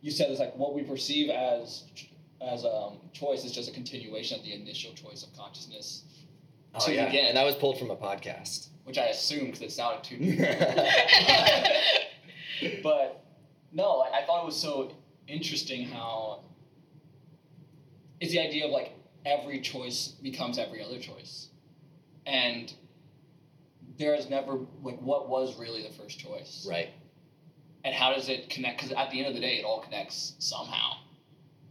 Speaker 1: you said it's like what we perceive as tr- as um, choice is just a continuation of the initial choice of consciousness,
Speaker 3: Oh, yeah. yeah, and that was pulled from a podcast.
Speaker 1: which I assume because it sounded too. but no, I, I thought it was so interesting how it's the idea of like every choice becomes every other choice, and there is never like what was really the first choice,
Speaker 3: right.
Speaker 1: and how does it connect? Because at the end of the day, it all connects somehow.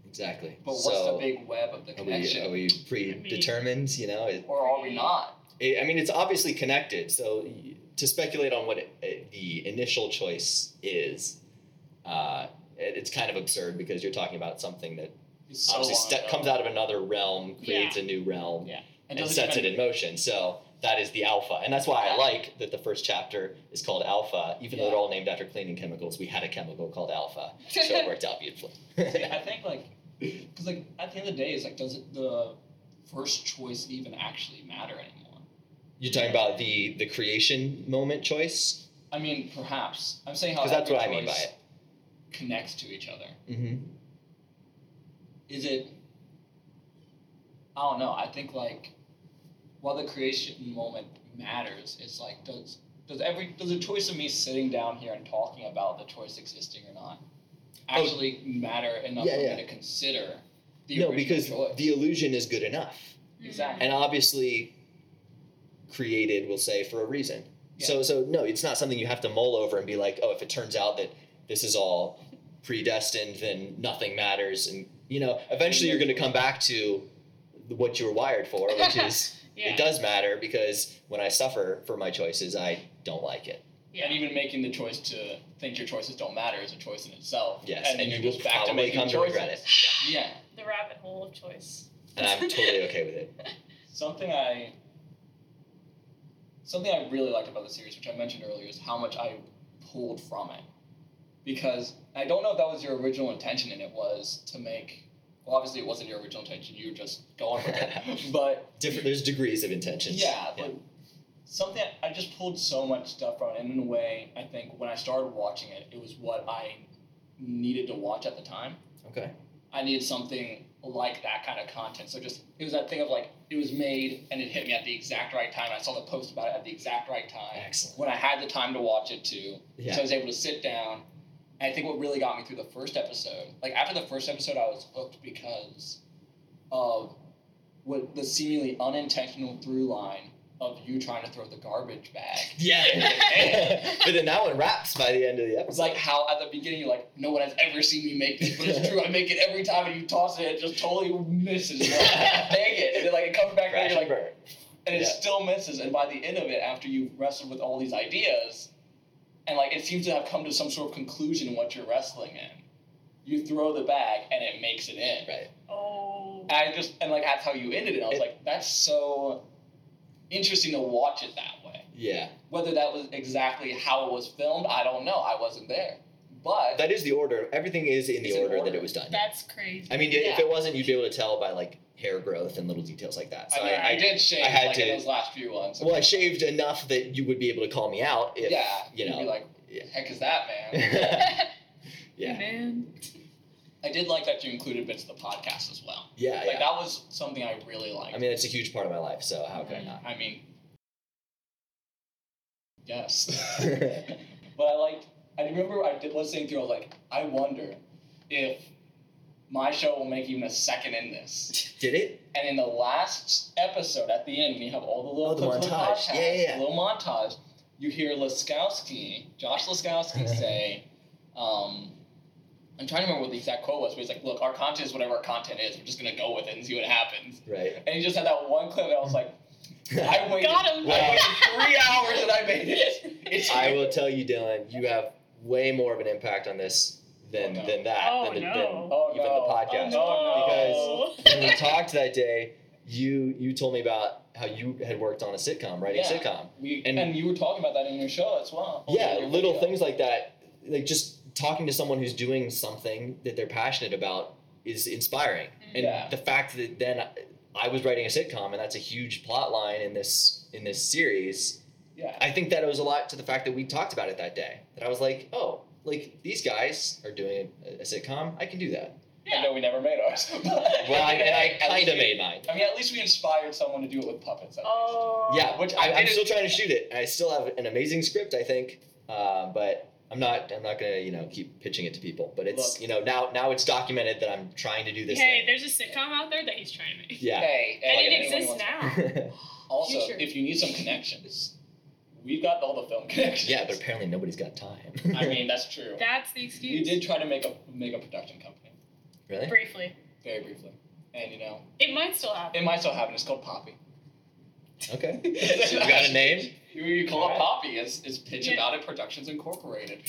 Speaker 3: Exactly.
Speaker 1: But what's
Speaker 3: so
Speaker 1: the big web of the
Speaker 3: are we,
Speaker 1: connection,
Speaker 3: are we predetermined? You know, it,
Speaker 1: or are we not?
Speaker 3: it, I mean, it's obviously connected. So y- to speculate on what it, it- the initial choice is, uh, it- it's kind of absurd because you're talking about something that
Speaker 1: It's so
Speaker 3: obviously
Speaker 1: long
Speaker 3: ste-
Speaker 1: ago.
Speaker 3: comes out of another realm, creates a new realm,
Speaker 1: Yeah.
Speaker 3: and,
Speaker 1: doesn't
Speaker 3: sets
Speaker 1: even-
Speaker 3: it in motion. So that is the alpha, and that's why I
Speaker 1: Yeah.
Speaker 3: like that the first chapter is called alpha, even though
Speaker 1: Yeah.
Speaker 3: they're all named after cleaning chemicals. We had a chemical called alpha, so it worked out beautifully.
Speaker 1: See, I think like, because like at the end of the day, it's like, does it, the first choice even actually matter anymore?
Speaker 3: You're talking about the the creation moment choice,
Speaker 1: I mean, perhaps I'm saying how
Speaker 3: because that's
Speaker 1: every
Speaker 3: what I mean by
Speaker 1: choice
Speaker 3: it.
Speaker 1: connects to each other.
Speaker 3: Mm-hmm.
Speaker 1: Is it? I don't know. I think like, while the creation moment matters, it's like does does every does the choice of me sitting down here and talking about the choice existing or not
Speaker 3: Oh.
Speaker 1: actually matter enough
Speaker 3: Yeah,
Speaker 1: for
Speaker 3: yeah.
Speaker 1: me to consider the
Speaker 3: No,
Speaker 1: original
Speaker 3: because
Speaker 1: choice?
Speaker 3: the illusion is good enough,
Speaker 1: exactly.
Speaker 3: and obviously, created, we'll say, for a reason.
Speaker 1: Yeah.
Speaker 3: So, so no, it's not something you have to mull over and be like, oh, if it turns out that this is all predestined, then nothing matters, and you know, eventually you're going to come back to what you were wired for, which is
Speaker 2: Mm-hmm. Yeah.
Speaker 3: it does matter because when I suffer for my choices, I don't like it.
Speaker 2: Yeah.
Speaker 1: And even making the choice to think your choices don't matter is a choice in itself.
Speaker 3: Yes,
Speaker 1: And then
Speaker 3: you
Speaker 1: you're
Speaker 3: will
Speaker 1: just back to
Speaker 3: probably
Speaker 1: making
Speaker 3: come to
Speaker 1: choices.
Speaker 3: regret it.
Speaker 1: Yeah.
Speaker 2: the rabbit hole of choice.
Speaker 3: and I'm totally okay with it.
Speaker 1: Something I something I really liked about the series, which I mentioned earlier, is how much I pulled from it. Because I don't know if that was your original intention and it was to make well obviously it wasn't your original intention, you were just going with it. but
Speaker 3: Different. There's degrees of intentions.
Speaker 1: Yeah, but something I just pulled so much stuff from it, and in a way, I think when I started watching it, it was what I needed to watch at the time.
Speaker 3: Okay.
Speaker 1: I needed something like that kind of content. So just it was that thing of like it was made and it hit me at the exact right time. I saw the post about it at the exact right time
Speaker 3: Excellent.
Speaker 1: when I had the time to watch it too.
Speaker 3: Yeah.
Speaker 1: So I was able to sit down. And I think what really got me through the first episode, like after the first episode, I was hooked because of what the seemingly unintentional through line of you trying to throw the garbage bag.
Speaker 3: Yeah. but then that one wraps by the end of the
Speaker 1: It's
Speaker 3: episode.
Speaker 1: like how at the beginning you're like, no one has ever seen me make this, but it's true. I make it every time, and you toss it, and it just totally misses. You're like, Dang it! And then like it comes back, and
Speaker 3: Crash
Speaker 1: you're like,
Speaker 3: and burn.
Speaker 1: and it
Speaker 3: Yeah.
Speaker 1: still misses. And by the end of it, after you've wrestled with all these ideas, and like it seems to have come to some sort of conclusion in what you're wrestling in, you throw the bag and it makes it in.
Speaker 3: Right.
Speaker 2: Oh.
Speaker 1: I just and like that's how you ended it. I was
Speaker 3: It-
Speaker 1: like, that's so interesting to watch it that way.
Speaker 3: Yeah.
Speaker 1: Whether that was exactly how it was filmed, I don't know. I wasn't there, but
Speaker 3: That is the order. Everything is in the
Speaker 1: It's in
Speaker 3: order, that
Speaker 1: order.
Speaker 3: it was done.
Speaker 2: That's crazy.
Speaker 3: I mean,
Speaker 1: Yeah.
Speaker 3: if it wasn't, you'd be able to tell by like hair growth and little details like that. So
Speaker 1: I mean, I,
Speaker 3: I,
Speaker 1: did shave
Speaker 3: I had
Speaker 1: like
Speaker 3: to-
Speaker 1: in those last few ones.
Speaker 3: well, I shaved enough that you would be able to call me out if
Speaker 1: yeah,
Speaker 3: you
Speaker 1: you'd be
Speaker 3: know.
Speaker 1: like,
Speaker 3: yeah.
Speaker 1: heck is that, man?
Speaker 3: yeah.
Speaker 2: Man.
Speaker 1: I did like that you included bits of the podcast as well.
Speaker 3: Yeah.
Speaker 1: Like
Speaker 3: Yeah.
Speaker 1: that was something I really liked.
Speaker 3: I mean, it's a huge part of my life. So how could I not?
Speaker 1: I mean, yes. but I liked. I remember I did listening through. I was like, I wonder if my show will make even a second in this.
Speaker 3: Did it?
Speaker 1: And in the last episode, at the end, when you have all the little
Speaker 3: Oh, the
Speaker 1: clips of
Speaker 3: montage.
Speaker 1: podcast,
Speaker 3: Yeah, yeah, yeah.
Speaker 1: little montage. You hear Laskowski, Josh Laskowski, say, um, "I'm trying to remember what the exact quote was, but he's like, look, our content is whatever our content is. We're just gonna go with it and see what happens.'"
Speaker 3: Right.
Speaker 1: And he just had that one clip, and I was like. I waited,
Speaker 2: Got him.
Speaker 1: I waited three hours and I made it. It's
Speaker 3: I will tell you, Dylan, you have way more of an impact on this than
Speaker 1: Oh, no.
Speaker 3: than that
Speaker 2: Oh,
Speaker 3: than, the,
Speaker 2: no.
Speaker 3: than
Speaker 1: Oh,
Speaker 3: even
Speaker 1: no.
Speaker 3: the podcast.
Speaker 2: Oh, no.
Speaker 3: When we talked that day, you you told me about how you had worked on a sitcom, writing
Speaker 1: Yeah.
Speaker 3: a sitcom.
Speaker 1: we, and,
Speaker 3: And-
Speaker 1: you were talking about that in your show as well.
Speaker 3: yeah,
Speaker 1: Your
Speaker 3: little
Speaker 1: video.
Speaker 3: things like that, like just talking to someone who's doing something that they're passionate about is inspiring. And
Speaker 1: Yeah.
Speaker 3: the fact that then I- I was writing a sitcom, and that's a huge plot line in this in this series.
Speaker 1: Yeah.
Speaker 3: I think that owes a lot to the fact that we talked about it that day. That I was like, oh, like these guys are doing a, a sitcom. I can do that.
Speaker 1: I know we never made ours. but-
Speaker 3: Well, I, and I
Speaker 1: At least
Speaker 3: kind of
Speaker 1: we-
Speaker 3: made mine.
Speaker 1: I mean, at least we inspired someone to do it with puppets. I think.
Speaker 2: Oh.
Speaker 3: Yeah,
Speaker 1: which
Speaker 3: which
Speaker 1: I
Speaker 3: I, I'm
Speaker 1: didn't-
Speaker 3: still trying to shoot it. I still have an amazing script, I think, uh, but I'm not. I'm not gonna, you know, keep pitching it to people. But it's,
Speaker 1: Look.
Speaker 3: you know, now now it's documented that I'm trying to do this.
Speaker 2: Hey,
Speaker 3: thing.
Speaker 2: there's a sitcom out there that he's trying to make.
Speaker 3: Yeah.
Speaker 1: Hey,
Speaker 2: And
Speaker 1: hey,
Speaker 2: it
Speaker 1: anyone
Speaker 2: exists
Speaker 1: wants-
Speaker 2: now.
Speaker 1: Also,
Speaker 2: Future.
Speaker 1: if you need some connections, we've got all the film connections.
Speaker 3: yeah, but apparently nobody's got time.
Speaker 1: I mean that's true.
Speaker 2: That's the
Speaker 1: We
Speaker 2: excuse.
Speaker 1: did try to make a make a production company
Speaker 3: really?
Speaker 2: Briefly.
Speaker 1: very briefly, and you know
Speaker 2: It might still happen.
Speaker 1: it might still happen. It's called Poppy.
Speaker 3: Okay. you got a name?
Speaker 1: You, you call it
Speaker 3: Alright.
Speaker 1: Poppy. It's it's Pitch
Speaker 2: Yeah.
Speaker 1: About It Productions Incorporated.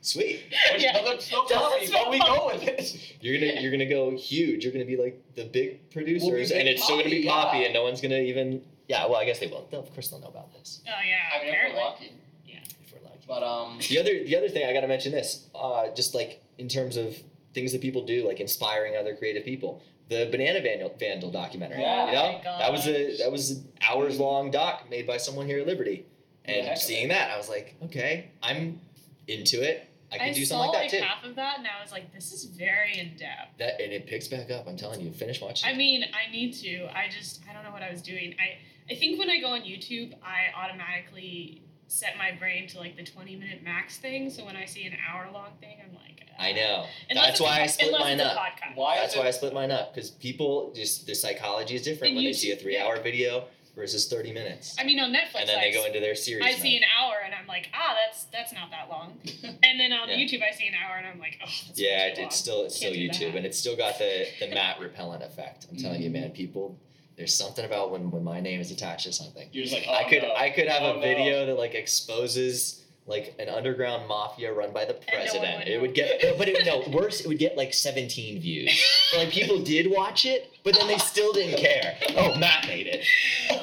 Speaker 3: Sweet.
Speaker 1: Which
Speaker 2: Yeah.
Speaker 1: doesn't smell
Speaker 2: Doesn't
Speaker 1: Poppy, but
Speaker 2: smell
Speaker 1: we go with it.
Speaker 3: You're gonna you're gonna go huge. You're gonna be like the big producers,
Speaker 1: big
Speaker 3: and it's still gonna be
Speaker 1: Poppy,
Speaker 3: Poppy,
Speaker 1: yeah.
Speaker 3: and no one's gonna even. Yeah. Well, I guess they will. They'll, of course, they'll know about this.
Speaker 2: Oh yeah,
Speaker 1: I mean, if
Speaker 2: apparently.
Speaker 1: we're lucky.
Speaker 3: If we're lucky.
Speaker 1: But um,
Speaker 3: The other the other thing I gotta mention this, uh, just like in terms of things that people do, like inspiring other creative people. The Banana Vandal, Vandal documentary.
Speaker 1: Yeah.
Speaker 3: You know,
Speaker 2: Oh my
Speaker 3: that was a
Speaker 2: gosh.
Speaker 3: that was an hours long doc made by someone here at Liberty,
Speaker 1: Yeah, heck
Speaker 3: and
Speaker 1: of
Speaker 3: seeing that I was like, okay, I'm into it. I can do
Speaker 2: saw
Speaker 3: something like
Speaker 2: like
Speaker 3: that too.
Speaker 2: half of that, and I was like, "This is very in depth."
Speaker 3: That and it picks back up. I'm telling you, finish watching.
Speaker 2: I mean, I need to. I just I don't know what I was doing. I I think when I go on YouTube, I automatically set my brain to like the twenty minute max thing. So when I see an hour long thing, I'm like, ah.
Speaker 3: I know.
Speaker 2: Unless it's
Speaker 3: That's why
Speaker 2: a-
Speaker 3: I split
Speaker 2: unless
Speaker 3: mine
Speaker 2: it's a
Speaker 3: up.
Speaker 2: podcast.
Speaker 1: why
Speaker 3: That's
Speaker 1: is
Speaker 3: why I
Speaker 1: it?
Speaker 3: split mine up because people just their psychology is different
Speaker 2: And
Speaker 3: when
Speaker 2: you
Speaker 3: they see a
Speaker 2: should-
Speaker 3: three hour video versus thirty minutes,
Speaker 2: I mean, on Netflix,
Speaker 3: and then
Speaker 2: I,
Speaker 3: they go into their series.
Speaker 2: I
Speaker 3: mode.
Speaker 2: see an hour, and I'm like, ah, that's that's not that long. and then on
Speaker 3: Yeah.
Speaker 2: YouTube, I see an hour, and I'm like, oh, that's
Speaker 3: Yeah,
Speaker 2: way
Speaker 3: it,
Speaker 2: too long.
Speaker 3: it's still it's still
Speaker 2: Can't do
Speaker 3: YouTube,
Speaker 2: that.
Speaker 3: and it's still got the the mat repellent effect. I'm telling you,
Speaker 2: Mm-hmm.
Speaker 1: Mhm.
Speaker 3: man, people, there's something about when when my name is attached to something.
Speaker 1: You're just like, oh,
Speaker 3: I could
Speaker 1: no.
Speaker 3: I could have
Speaker 1: Oh,
Speaker 3: a
Speaker 1: no.
Speaker 3: video that like exposes like an underground mafia run by the
Speaker 2: no one
Speaker 3: president.
Speaker 2: would
Speaker 3: it
Speaker 2: know.
Speaker 3: would get, no, but it, no worse, it would get like 17 views. But, like people did watch it, but then they still didn't care. Oh, Matt made it.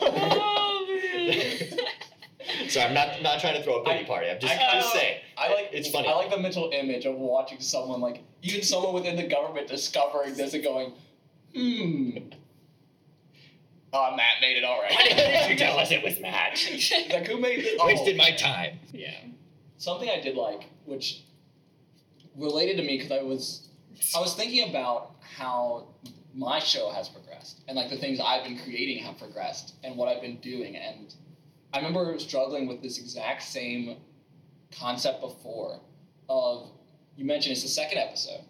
Speaker 2: Oh man.
Speaker 3: so I'm not not trying to throw a pity
Speaker 1: I-
Speaker 3: party. I'm just
Speaker 1: I-
Speaker 3: just saying.
Speaker 1: I like
Speaker 3: It's funny.
Speaker 1: I like the mental image of watching someone like even someone within the government discovering this and going, hmm. Oh, Matt made it all right.
Speaker 3: Why didn't you tell us it was Matt?
Speaker 1: It's like who made it? Oh.
Speaker 3: Wasted my time.
Speaker 2: yeah.
Speaker 1: Something I did like, which related to me because I was I was thinking about how my show has progressed and like the things I've been creating have progressed and what I've been doing and I remember struggling with this exact same concept before of you mentioned it's the second episode.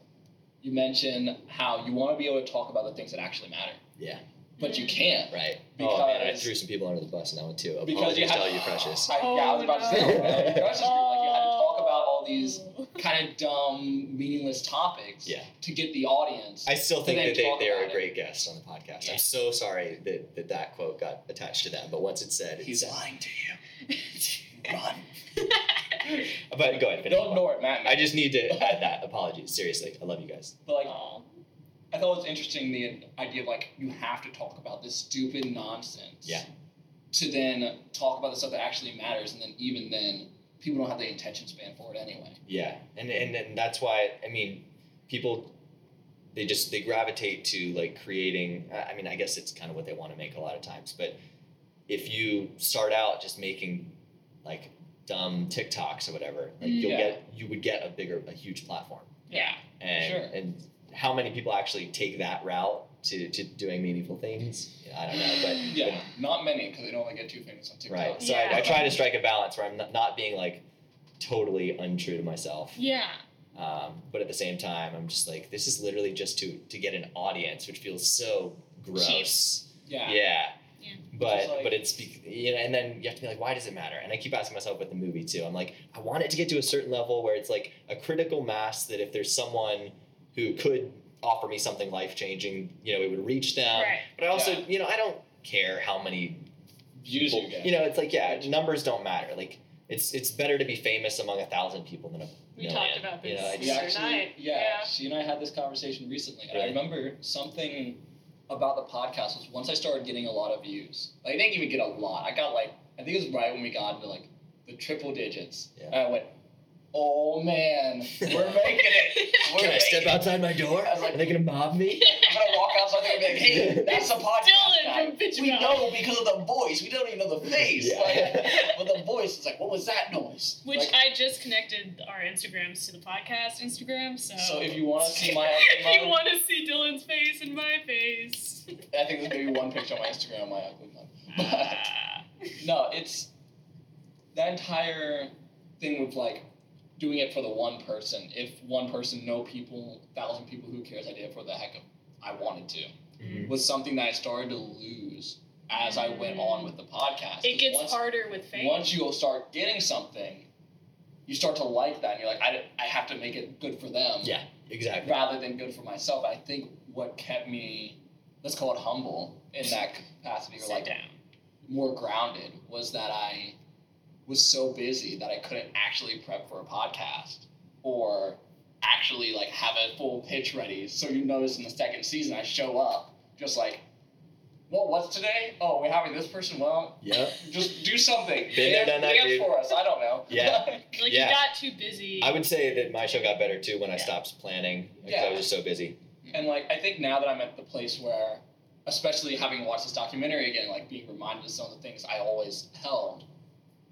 Speaker 1: You mentioned how you want to be able to talk about the things that actually matter,
Speaker 3: Yeah.
Speaker 1: but you can't.
Speaker 3: Right. oh man, I
Speaker 1: Because-
Speaker 3: threw some people under the bus in that one too.
Speaker 1: Because you
Speaker 3: Apologies to
Speaker 1: have
Speaker 3: all you precious.
Speaker 1: I, yeah, I was about to say,
Speaker 3: Oh,
Speaker 1: you know,
Speaker 3: no.
Speaker 1: the Precious group, like you had to talk about all these kind of dumb, meaningless topics
Speaker 3: Yeah.
Speaker 1: to get the audience.
Speaker 3: I still think
Speaker 1: then
Speaker 3: that they,
Speaker 1: talk
Speaker 3: they are
Speaker 1: about
Speaker 3: a
Speaker 1: it.
Speaker 3: great guest on the podcast.
Speaker 1: Yeah.
Speaker 3: I'm so sorry that, that that quote got attached to them, but once it's said, it's
Speaker 1: He's
Speaker 3: said.
Speaker 1: lying to you. Run.
Speaker 3: But go ahead.
Speaker 1: Don't
Speaker 3: finish the quote.
Speaker 1: ignore it, Matt.
Speaker 3: I just need to add that. Apologies. Seriously, I love you guys.
Speaker 1: But like,
Speaker 2: Aw.
Speaker 1: I thought it was interesting the idea of like you have to talk about this stupid nonsense.
Speaker 3: Yeah.
Speaker 1: To then talk about the stuff that actually matters, and then even then, people don't have the attention span for it anyway.
Speaker 3: Yeah, and and, and that's why I mean, people, they just they gravitate to like creating. I I mean, I guess it's kind of what they want to make a lot of times. But if you start out just making like dumb TikToks or whatever, like you'll
Speaker 1: Yeah.
Speaker 3: get you would get a bigger a huge platform.
Speaker 2: Yeah.
Speaker 3: And
Speaker 1: Sure.
Speaker 3: and how many people actually take that route to, to doing meaningful things? I don't know, but
Speaker 1: Yeah. Not many because they don't want to get too famous on TikTok.
Speaker 3: right. So
Speaker 2: Yeah.
Speaker 3: I, I try to strike a balance where I'm not, not being like totally untrue to myself.
Speaker 2: Yeah.
Speaker 3: Um, but at the same time, I'm just like, this is literally just to to get an audience, which feels so gross.
Speaker 1: Yeah.
Speaker 3: Yeah.
Speaker 2: Yeah.
Speaker 3: But
Speaker 1: Just like-
Speaker 3: but it's be, you know, and then you have to be like, why does it matter? And I keep asking myself with the movie too. I'm like, I want it to get to a certain level where it's like a critical mass that if there's someone who could offer me something life changing, you know, it would reach them.
Speaker 2: right.
Speaker 3: But I also,
Speaker 1: Yeah.
Speaker 3: you know, I don't care how many
Speaker 1: Views you
Speaker 3: people-
Speaker 1: get.
Speaker 3: you know, it's like yeah,
Speaker 1: Gotcha.
Speaker 3: numbers don't matter. Like it's it's better to be famous among a thousand people than a
Speaker 2: We
Speaker 3: million.
Speaker 2: talked about
Speaker 3: You
Speaker 2: this.
Speaker 3: know, I
Speaker 1: We
Speaker 3: just-
Speaker 2: Sure
Speaker 1: actually,
Speaker 2: night.
Speaker 1: Yeah,
Speaker 2: Yeah.
Speaker 1: she and I had this conversation recently, and I
Speaker 3: Really?
Speaker 1: remember something about the podcast was once I started getting a lot of views. Like, I didn't even get a lot. I got like I think it was right when we got into like the triple digits,
Speaker 3: Yeah.
Speaker 1: and I went, "Oh man, we're making it! We're
Speaker 3: Can I step
Speaker 1: making it."
Speaker 3: outside my door?
Speaker 1: I was like-
Speaker 3: Are they gonna mob me?
Speaker 1: I'm gonna walk outside and be like, hey, that's the podcast. guy.
Speaker 2: from Pitch
Speaker 5: We
Speaker 2: Mode.
Speaker 5: know because of the voice. We don't even know the face.
Speaker 3: Yeah.
Speaker 5: Like, but the voice is like, what was that noise?
Speaker 2: Which
Speaker 5: Like,
Speaker 2: I just connected our Instagrams to the podcast Instagram, so,
Speaker 1: So if you want to see my
Speaker 2: if you
Speaker 1: ugly mug,
Speaker 2: want to see Dylan's face and my face,
Speaker 1: I think there's maybe one picture on my Instagram of my ugly mug. But
Speaker 2: Ah.
Speaker 1: no, it's that entire thing with like doing it for the one person. If one person, no people, thousand people, who cares? I did it for the heck of I wanted to.
Speaker 3: Mhm.
Speaker 1: Was something that I started to lose as I went on with the podcast. 'Cause
Speaker 2: it gets
Speaker 1: once,
Speaker 2: harder with fame.
Speaker 1: Once you start getting something, you start to like that, and you're like, I, I have to make it good for them
Speaker 3: Yeah. Exactly.
Speaker 1: rather than good for myself. I think what kept me, let's call it humble in that capacity, or
Speaker 2: Sit
Speaker 1: like
Speaker 2: down.
Speaker 1: more grounded, was that I was so busy that I couldn't actually prep for a podcast or actually like have a full pitch ready. So you notice in the second season, I show up just like, well, what's today? Oh, we're having this person. Well,
Speaker 3: Yep.
Speaker 1: just do something.
Speaker 3: Been there,
Speaker 1: Dance-
Speaker 3: done that,
Speaker 1: dance
Speaker 3: dude.
Speaker 1: for us. I don't know.
Speaker 3: Yeah.
Speaker 2: Like
Speaker 3: Yeah.
Speaker 2: you got too busy.
Speaker 3: I would say that my show got better too when I
Speaker 2: Yeah.
Speaker 3: stopped planning because I
Speaker 1: Yeah.
Speaker 3: was just so busy.
Speaker 1: And like I think now that I'm at the place where, especially having watched this documentary again, like being reminded of some of the things I always held,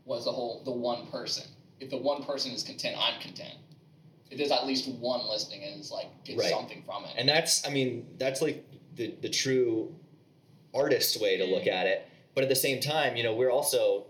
Speaker 1: was the whole the one person. If the one person is content, I'm content. If there's at least one listening and is like get
Speaker 3: Right.
Speaker 1: something from it.
Speaker 3: And that's, I mean, that's like the, the true artist way to
Speaker 1: Mm.
Speaker 3: look at it. But at the same time, you know, we're also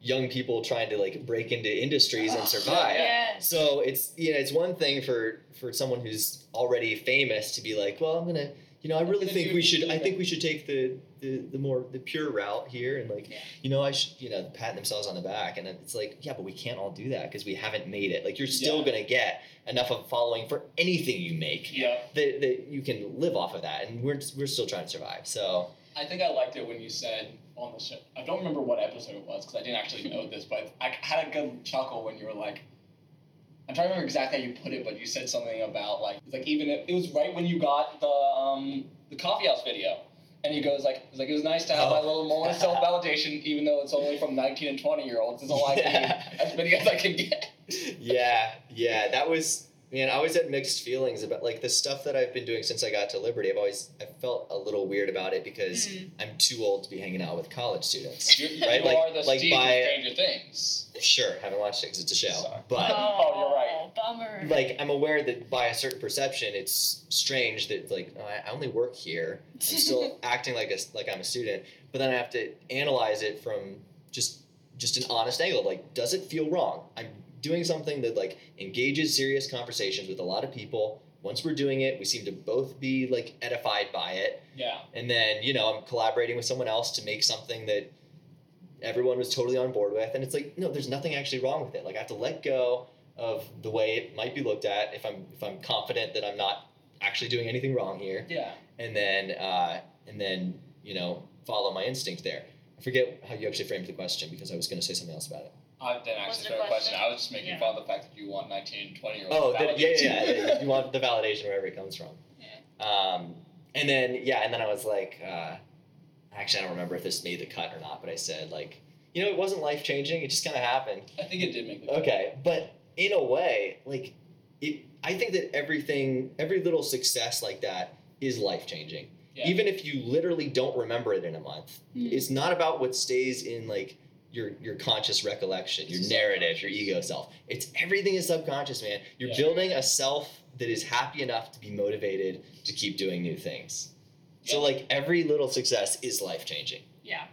Speaker 3: young people trying to like break into industries and
Speaker 1: Ah,
Speaker 3: survive.
Speaker 2: Yes.
Speaker 3: So it's you know it's one thing for for someone who's already famous to be like, well, I'm gonna you know I really think we should I think we should take the the, the more the pure route here and like
Speaker 1: Yeah.
Speaker 3: you know I should you know pat themselves on the back and it's like yeah, but we can't all do that because we haven't made it. Like you're still
Speaker 1: Yeah.
Speaker 3: gonna get enough of following for anything you make
Speaker 1: yeah.
Speaker 3: that that you can live off of that, and we're we're still trying to survive. So
Speaker 1: I think I liked it when you said on the show. I don't remember what episode it was because I didn't actually know this, but I had a good chuckle when you were like, I'm trying to remember exactly how you put it, but you said something about like, it's like even if it was right when you got the um, the coffee house video, and he goes like, it's like it was nice to have
Speaker 3: Oh.
Speaker 1: my little moment of self validation, even though it's only from 19 and 20 year olds. It's all I need as many as I can get.
Speaker 3: yeah, yeah, that was man. I always had mixed feelings about like the stuff that I've been doing since I got to Liberty. I've always I felt a little weird about it because
Speaker 2: Mm.
Speaker 3: I'm too old to be hanging out with college students.
Speaker 1: You're,
Speaker 3: Right,
Speaker 1: you
Speaker 3: like-
Speaker 1: are the
Speaker 3: like
Speaker 1: Steve from
Speaker 3: by-
Speaker 1: Stranger Things.
Speaker 3: Sure, haven't watched it because it's a show,
Speaker 1: Sorry.
Speaker 3: but
Speaker 1: Oh, you're right.
Speaker 2: Bummer.
Speaker 3: like I'm aware that by a certain perception, it's strange that like oh, I I only work here. I'm still acting like a like I'm a student, but then I have to analyze it from just just an honest angle. of, Like, does it feel wrong? I'm doing something that like engages serious conversations with a lot of people. Once we're doing it, we seem to both be like edified by it,
Speaker 1: Yeah.
Speaker 3: and then you know I'm collaborating with someone else to make something that everyone was totally on board with, and it's like no, there's nothing actually wrong with it. Like I have to let go of the way it might be looked at if I'm if I'm confident that I'm not actually doing anything wrong here
Speaker 1: Yeah.
Speaker 3: and then uh, and then you know follow my instinct there. I forget how you actually framed the question because I was going to say something else about it.
Speaker 1: I didn't
Speaker 2: Was
Speaker 1: Uh, actually
Speaker 2: it a
Speaker 1: throw a question.
Speaker 2: question?
Speaker 1: I was just making
Speaker 2: Yeah.
Speaker 1: fun of the fact that you want 19 and 20 year olds.
Speaker 3: Oh,
Speaker 1: to
Speaker 3: that, yeah,
Speaker 1: validate
Speaker 3: yeah,
Speaker 1: you.
Speaker 3: yeah. you want the validation wherever it comes from.
Speaker 2: Yeah.
Speaker 3: Um, and then yeah, and then I was like, uh, actually, I don't remember if this made the cut or not, but I said like, you know, it wasn't life changing. It just kind of happened.
Speaker 1: I think it did make the
Speaker 3: Okay, but in a way, like it, I think that everything, every little success like that is life changing.
Speaker 1: Yeah.
Speaker 3: Even if you literally don't remember it in a month,
Speaker 2: Mm.
Speaker 3: it's not about what stays in like your your conscious recollection, your
Speaker 1: It's
Speaker 3: narrative, your ego self. It's everything is subconscious, man. You're
Speaker 1: Yeah.
Speaker 3: building a self that is happy enough to be motivated to keep doing new things. So
Speaker 1: Yeah.
Speaker 3: like every little success is life changing.
Speaker 2: Yeah.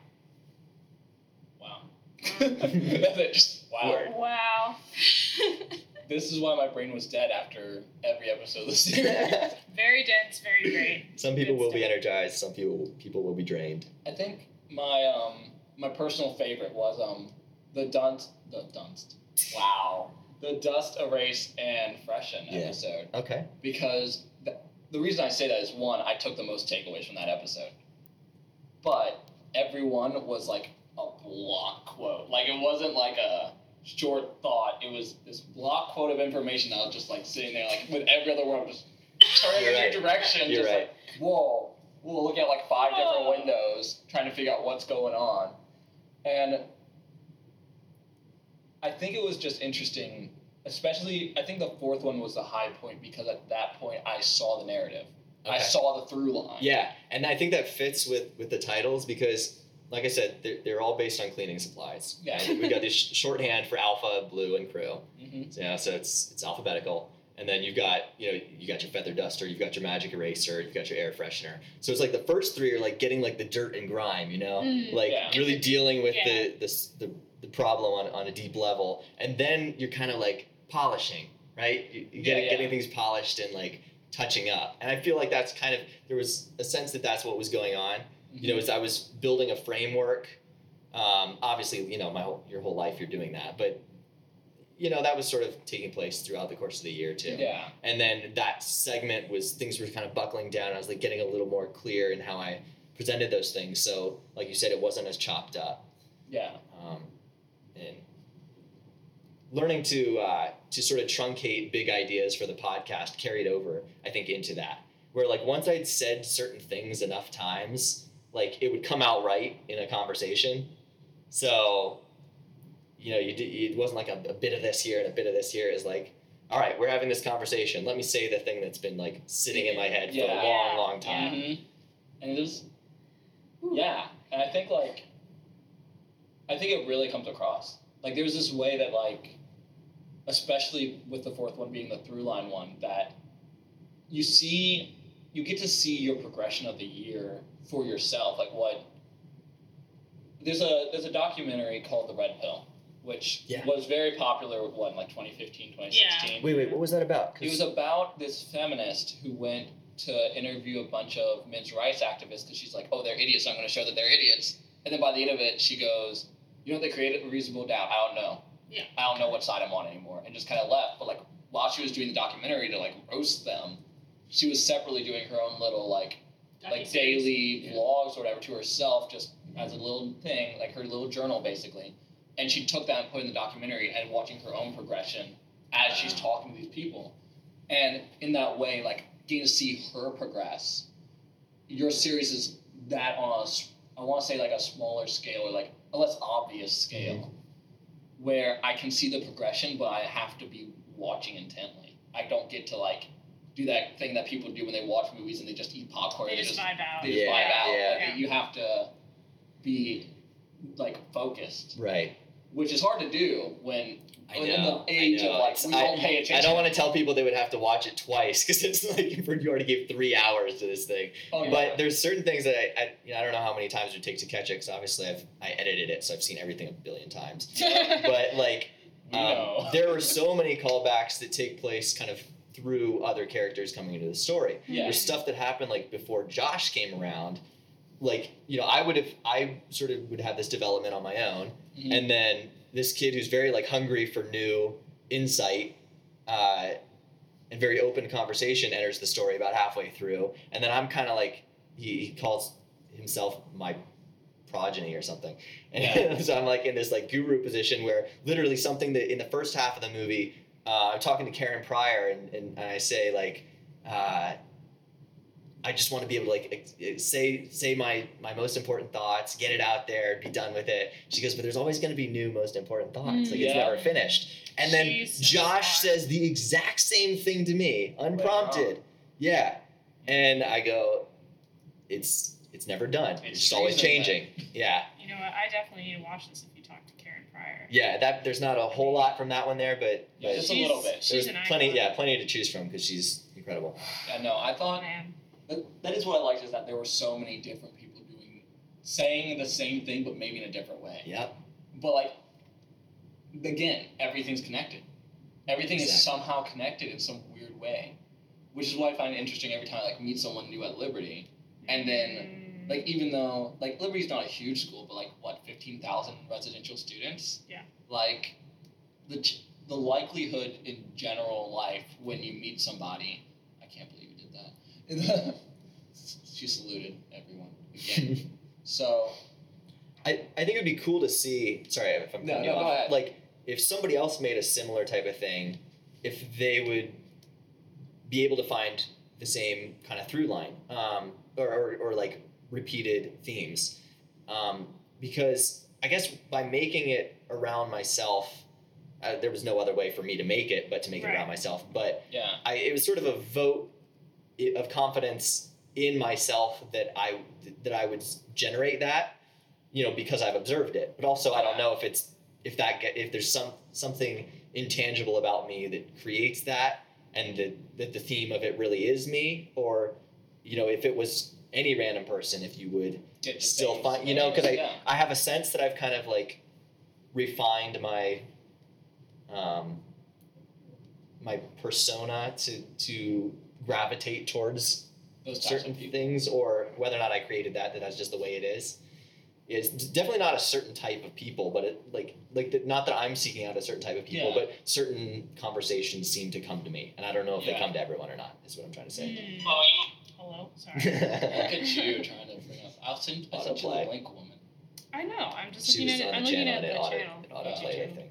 Speaker 2: Um,
Speaker 1: Wow. Just- wow.
Speaker 3: Word.
Speaker 2: Wow.
Speaker 1: This is why my brain was dead after every episode this year.
Speaker 2: very dense. Very great.
Speaker 3: some people
Speaker 2: Good
Speaker 3: will be
Speaker 2: stuff.
Speaker 3: energized, some people people will be drained.
Speaker 1: I think my um my personal favorite was um the dunst the dunst. Wow. The dust erase and freshen
Speaker 3: Yeah.
Speaker 1: episode
Speaker 3: Okay.
Speaker 1: because the, the reason I say that is one I took the most takeaways from that episode, but everyone was like a block quote. Like it wasn't like a short thought. It was this block quote of information that was just like sitting there, like with every other word, just turning
Speaker 3: You're
Speaker 1: in
Speaker 3: right.
Speaker 1: your direction,
Speaker 3: You're
Speaker 1: just
Speaker 3: right.
Speaker 1: like whoa. We'll look at like five different
Speaker 2: Oh.
Speaker 1: windows, trying to figure out what's going on, and I think it was just interesting especially I think the fourth one was the high point because at that point I saw the narrative. I
Speaker 3: Okay.
Speaker 1: saw the through line.
Speaker 3: Yeah, and I think that fits with with the titles because, like I said, they're, they're all based on cleaning supplies.
Speaker 1: Yeah.
Speaker 3: And we got this sh- shorthand for alpha, blue, and crew.
Speaker 1: hmm
Speaker 3: So, you know, so it's it's alphabetical, and then you've got you know you got your feather duster, you've got your magic eraser, you've got your air freshener. So it's like the first three are like getting like the dirt and grime, you know,
Speaker 2: Mm.
Speaker 3: like
Speaker 1: Yeah.
Speaker 3: really dealing with
Speaker 2: Yeah.
Speaker 3: the, the s- the the problem on on a deep level, and then you're kind of like polishing, right? You, you
Speaker 1: Yeah,
Speaker 3: getting
Speaker 1: yeah.
Speaker 3: getting things polished and like touching up, and I feel like that's kind of there was a sense that that's what was going on you know, as I was building a framework. Um, obviously, you know, my whole, your whole life you're doing that, but you know that was sort of taking place throughout the course of the year too.
Speaker 1: Mm-hmm. Yeah.
Speaker 3: And then that segment was things were kind of buckling down. I was like getting a little more clear in how I presented those things. So, like you said, it wasn't as chopped up.
Speaker 1: Yeah.
Speaker 3: Um, and learning to uh, to sort of truncate big ideas for the podcast carried over, I think, into that. Where like once I'd said certain things enough times, like it would come out right in a conversation. So, you know, you did, it wasn't like a, a bit of this here and a bit of this here. Is like, all right, we're having this conversation. Let me say the thing that's been like sitting in my head for
Speaker 1: Yeah.
Speaker 3: a long, long time.
Speaker 1: Mhm. And it was,
Speaker 2: Ooh.
Speaker 1: yeah. And I think like, I think it really comes across. Like there's this way that like, especially with the fourth one being the through line one, that you see, you get to see your progression of the year for yourself. Like what. There's a there's a documentary called The Red Pill, which
Speaker 3: Yeah.
Speaker 1: was very popular. What in, like 2015, 2016.
Speaker 3: Wait, wait, what was that about? 'Cause-
Speaker 1: It was about this feminist who went to interview a bunch of men's rights activists because she's like, oh, they're idiots. I'm going to show that they're idiots. And then by the end of it, she goes, you know, they created a reasonable doubt. I don't know.
Speaker 2: Yeah.
Speaker 1: I don't know what side I'm on anymore. And just kind of left. But like while she was doing the documentary to like roast them, she was separately doing her own little like like
Speaker 2: Docuseries.
Speaker 1: daily
Speaker 3: Yeah.
Speaker 1: vlogs or whatever to herself, just as a little thing, like her little journal basically. And she took that and put it in the documentary and watching her own progression as she's talking to these people. And in that way, like getting to see her progress, your series is that on a, s- I want to say like a smaller scale or like a less obvious
Speaker 3: Mm-hmm.
Speaker 1: scale where I can see the progression, but I have to be watching intently. I don't get to like do that thing that people do when they watch movies and they just eat popcorn.
Speaker 2: They
Speaker 1: and
Speaker 2: just vibe out.
Speaker 1: they just
Speaker 3: Yeah,
Speaker 1: vibe out.
Speaker 3: yeah.
Speaker 1: Like, you have to be like focused,
Speaker 3: right.
Speaker 1: which is hard to do when
Speaker 3: I
Speaker 1: when Oh, in the age
Speaker 3: know. I know.
Speaker 1: of like
Speaker 3: It's-
Speaker 1: we
Speaker 3: I-
Speaker 1: don't pay attention.
Speaker 3: I don't want to tell people they would have to watch it twice because it's like you already gave three hours to this thing.
Speaker 1: Oh, yeah.
Speaker 3: But there's certain things that I, I, you know, I don't know how many times it would take to catch it because obviously I've I edited it, so I've seen everything a billion times. But like,
Speaker 1: We know.
Speaker 3: um, there are so many callbacks that take place kind of through other characters coming into the story.
Speaker 1: Yeah.
Speaker 3: There's stuff that happened like before Josh came around. Like you know, I would have I sort of would have this development on my own,
Speaker 1: Mhm.
Speaker 3: and then this kid who's very like hungry for new insight uh, and very open conversation enters the story about halfway through and then i'm kind of like he, he calls himself my progeny or something and so i'm like in this like guru position where literally something that in the first half of the movie uh, i'm talking to karen pryor and, and i say like uh, I just want to be able to like ex- ex- say say my my most important thoughts, get it out there, be done with it. She goes, but there's always going to be new most important thoughts.
Speaker 2: Mm.
Speaker 3: like
Speaker 1: Yeah.
Speaker 3: it's never finished. And then
Speaker 2: She's so
Speaker 3: Josh
Speaker 2: smart.
Speaker 3: says the exact same thing to me, unprompted. Yeah, and I go, it's it's never done. It's, just always
Speaker 1: seasoned,
Speaker 3: changing. Yeah,
Speaker 2: You know what? I definitely need to watch this if you talk to Karen Pryor.
Speaker 3: yeah. That there's not a whole lot from that one there, but,
Speaker 1: Yeah,
Speaker 3: but
Speaker 1: just a little
Speaker 2: She's-
Speaker 1: bit.
Speaker 2: She's
Speaker 3: there's
Speaker 2: an
Speaker 3: plenty.
Speaker 2: icon.
Speaker 3: Yeah, plenty to choose from because she's incredible.
Speaker 1: Yeah, no, I thought
Speaker 2: Man.
Speaker 1: that, that is what I liked is that there were so many different people doing saying the same thing but maybe in a different way.
Speaker 3: Yep.
Speaker 1: But like again, everything's connected. Everything is
Speaker 3: Exactly.
Speaker 1: somehow connected in some weird way. Which is what I find interesting every time I like meet someone new at Liberty. And then,
Speaker 2: Mm.
Speaker 1: Like even though like Liberty's not a huge school, but like what, fifteen thousand residential students?
Speaker 2: Yeah.
Speaker 1: Like the ch- the likelihood in general life when you meet somebody I can't believe you did that. she saluted everyone again. so
Speaker 3: I, I think it would be cool to see. Sorry if I'm
Speaker 1: No,
Speaker 3: cutting
Speaker 1: no,
Speaker 3: you
Speaker 1: go
Speaker 3: off.
Speaker 1: ahead.
Speaker 3: Like if somebody else made a similar type of thing, if they would be able to find the same kind of through line, um, or, or or like repeated themes, um, because I guess by making it around myself, uh, there was no other way for me to make it but to make it
Speaker 2: Right.
Speaker 3: around myself. But
Speaker 1: yeah.
Speaker 3: I it was sort of a vote i- of confidence in myself that I that I would generate that, you know, because I've observed it. But also, I don't know if it's if that get, if there's some something intangible about me that creates that, and that that the theme of it really is me, or you know, if it was any random person, if you would
Speaker 1: Did the
Speaker 3: still
Speaker 1: things.
Speaker 3: find you know because I
Speaker 1: Yeah.
Speaker 3: I have a sense that I've kind of like refined my um my persona to to gravitate towards
Speaker 1: those types
Speaker 3: certain
Speaker 1: of people.
Speaker 3: things or whether or not I created that that that's just the way it is is definitely not a certain type of people but it like like the, not that I'm seeking out a certain type of people
Speaker 1: Yeah.
Speaker 3: but certain conversations seem to come to me and I don't know if
Speaker 1: Yeah.
Speaker 3: they come to everyone or not is what I'm trying to say.
Speaker 1: oh.
Speaker 2: Hmm.
Speaker 4: Well, you
Speaker 2: Hello. Sorry.
Speaker 1: Look at you trying to bring up. I'll send. I'll send you
Speaker 3: Autoplay.
Speaker 1: the link, woman.
Speaker 2: I know. I'm just
Speaker 3: she
Speaker 2: looking
Speaker 3: was
Speaker 2: at it.
Speaker 3: on
Speaker 2: I'm
Speaker 3: the
Speaker 2: looking
Speaker 3: channel
Speaker 2: at
Speaker 3: and
Speaker 2: the
Speaker 3: it auto,
Speaker 2: channel.
Speaker 3: it autoplayed I think.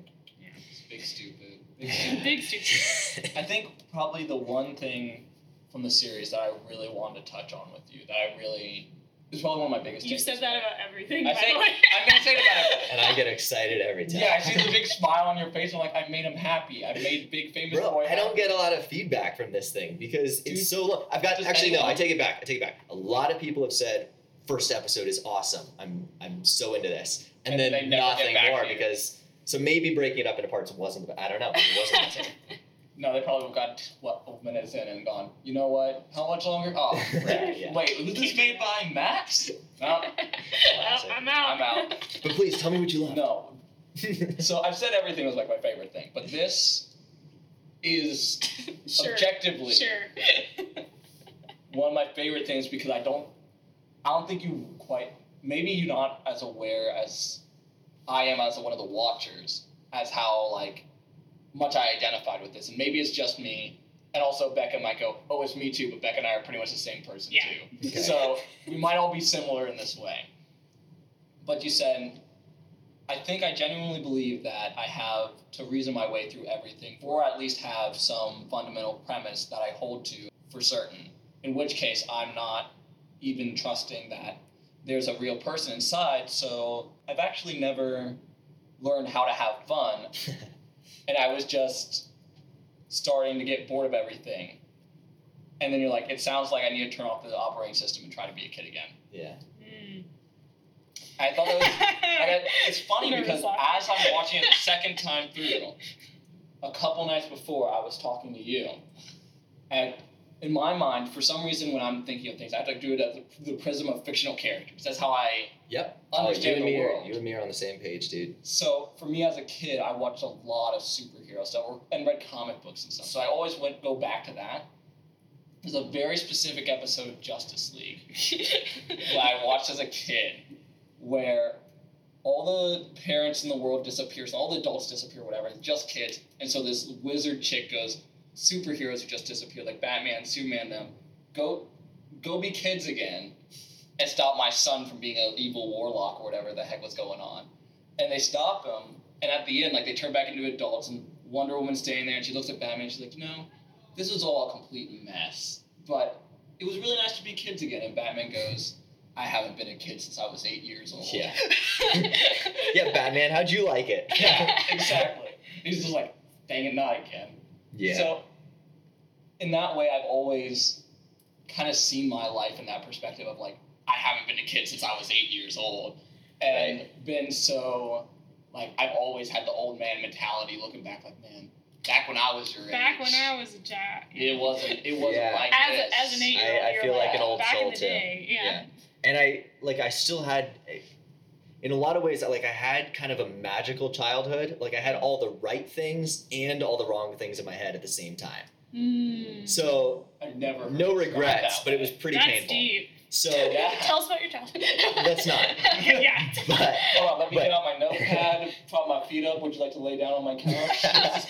Speaker 1: Big stupid. Big stupid.
Speaker 2: Big stupid.
Speaker 1: I think probably the one thing from the series that I really wanted to touch on with you that I really is probably one of my biggest.
Speaker 2: You
Speaker 1: takeaways.
Speaker 2: said that about everything.
Speaker 1: I
Speaker 2: by
Speaker 1: say-
Speaker 2: the way.
Speaker 1: I'm gonna say it about everything.
Speaker 3: and I get excited every time.
Speaker 1: Yeah, I see the big smile on your face. I'm like, I made him happy. I made big famous
Speaker 3: Bro,
Speaker 1: boy.
Speaker 3: I don't get a lot of feedback from this thing because
Speaker 1: Dude,
Speaker 3: it's so long. I've got
Speaker 1: does
Speaker 3: actually no.
Speaker 1: anyone-
Speaker 3: I take it back. I take it back. A lot of people have said first episode is awesome. I'm I'm so into this, and,
Speaker 1: And they
Speaker 3: then
Speaker 1: never get
Speaker 3: nothing
Speaker 1: back
Speaker 3: more
Speaker 1: to you.
Speaker 3: because. So maybe breaking it up into parts wasn't. the- I don't know. It wasn't. the same.
Speaker 1: No, they probably got what twelve minutes in and gone. You know what? How much longer? Oh, crap.
Speaker 3: Yeah.
Speaker 1: wait, was this made by Max? No,
Speaker 2: Oh, I'm out.
Speaker 1: I'm out.
Speaker 3: but please tell me what you love.
Speaker 1: no. So I've said everything was like my favorite thing, but this is
Speaker 2: sure.
Speaker 1: objectively
Speaker 2: Sure.
Speaker 1: one of my favorite things because I don't, I don't think you quite. Maybe you're not as aware as I am as one of the watchers as how like much I identified with this, and maybe it's just me. And also, Becca might go, "Oh, it's me too," but Becca and I are pretty much the same person
Speaker 2: Yeah.
Speaker 1: too.
Speaker 3: Okay.
Speaker 1: So we might all be similar in this way. But you said, I think I genuinely believe that I have to reason my way through everything, or at least have some fundamental premise that I hold to for certain. In which case, I'm not even trusting that there's a real person inside. So I've actually never learned how to have fun and I was just starting to get bored of everything. And then you're like, it sounds like I need to turn off the operating system and try to be a kid again.
Speaker 3: yeah.
Speaker 2: Hmm.
Speaker 1: I thought that was. I got, it's funny
Speaker 2: Nervous
Speaker 1: because
Speaker 2: awkward.
Speaker 1: as I'm watching it the second time through, a couple nights before, I was talking to you, and in my mind, for some reason, when I'm thinking of things, I have to do it at the, the prism of fictional characters. That's how I
Speaker 3: Yep. Oh, you
Speaker 1: understand
Speaker 3: and
Speaker 1: the
Speaker 3: me are
Speaker 1: world.
Speaker 3: you and me are on the same page, dude.
Speaker 1: So for me as a kid, I watched a lot of superhero stuff or- and read comic books and stuff. So I always went go back to that. There's a very specific episode of Justice League that I watched as a kid, where all the parents in the world disappear, so all the adults disappear, whatever, just kids. And so this wizard chick goes, superheroes who just disappear, like Batman, Superman, them, go, go be kids again, and stop my son from being an evil warlock or whatever the heck was going on and they stop him. And at the end, like they turn back into adults, and Wonder Woman's standing there, and she looks at Batman, and she's like, "You know, this was all a complete mess, but it was really nice to be kids again." And Batman goes, "I haven't been a kid since I was eight years old."
Speaker 3: Yeah. Yeah, Batman. How'd you like it?
Speaker 1: yeah, exactly. He's just like, "Dang it, not again."
Speaker 3: Yeah.
Speaker 1: So, in that way, I've always kind of seen my life in that perspective of like, I haven't been a kid since I was eight years old. And been so, like, I've always had the old man mentality looking back, like, man, back when I was your
Speaker 2: Back
Speaker 1: age.
Speaker 2: when I was a child.
Speaker 1: It wasn't, it wasn't
Speaker 3: Yeah.
Speaker 1: like
Speaker 2: As,
Speaker 1: this.
Speaker 2: a, as an eight year old,
Speaker 3: I- I feel
Speaker 2: like,
Speaker 3: like an old
Speaker 2: back
Speaker 3: soul,
Speaker 2: in the
Speaker 3: too.
Speaker 2: day. Yeah.
Speaker 3: And I like I still had in a lot of ways like I had kind of a magical childhood. Like I had all the right things and all the wrong things in my head at the same time.
Speaker 2: Hmm.
Speaker 3: So
Speaker 1: I've never. heard
Speaker 3: no
Speaker 1: it described
Speaker 3: regrets,
Speaker 1: that
Speaker 3: but it
Speaker 1: way.
Speaker 3: was pretty
Speaker 2: That's
Speaker 3: painful.
Speaker 2: deep.
Speaker 3: So
Speaker 1: Yeah.
Speaker 2: Tell us about your childhood.
Speaker 3: let's not.
Speaker 2: yeah.
Speaker 3: But
Speaker 1: Hold on, let me
Speaker 3: But-
Speaker 1: get out my notepad, prop my feet up. Would you like to lay down on my couch?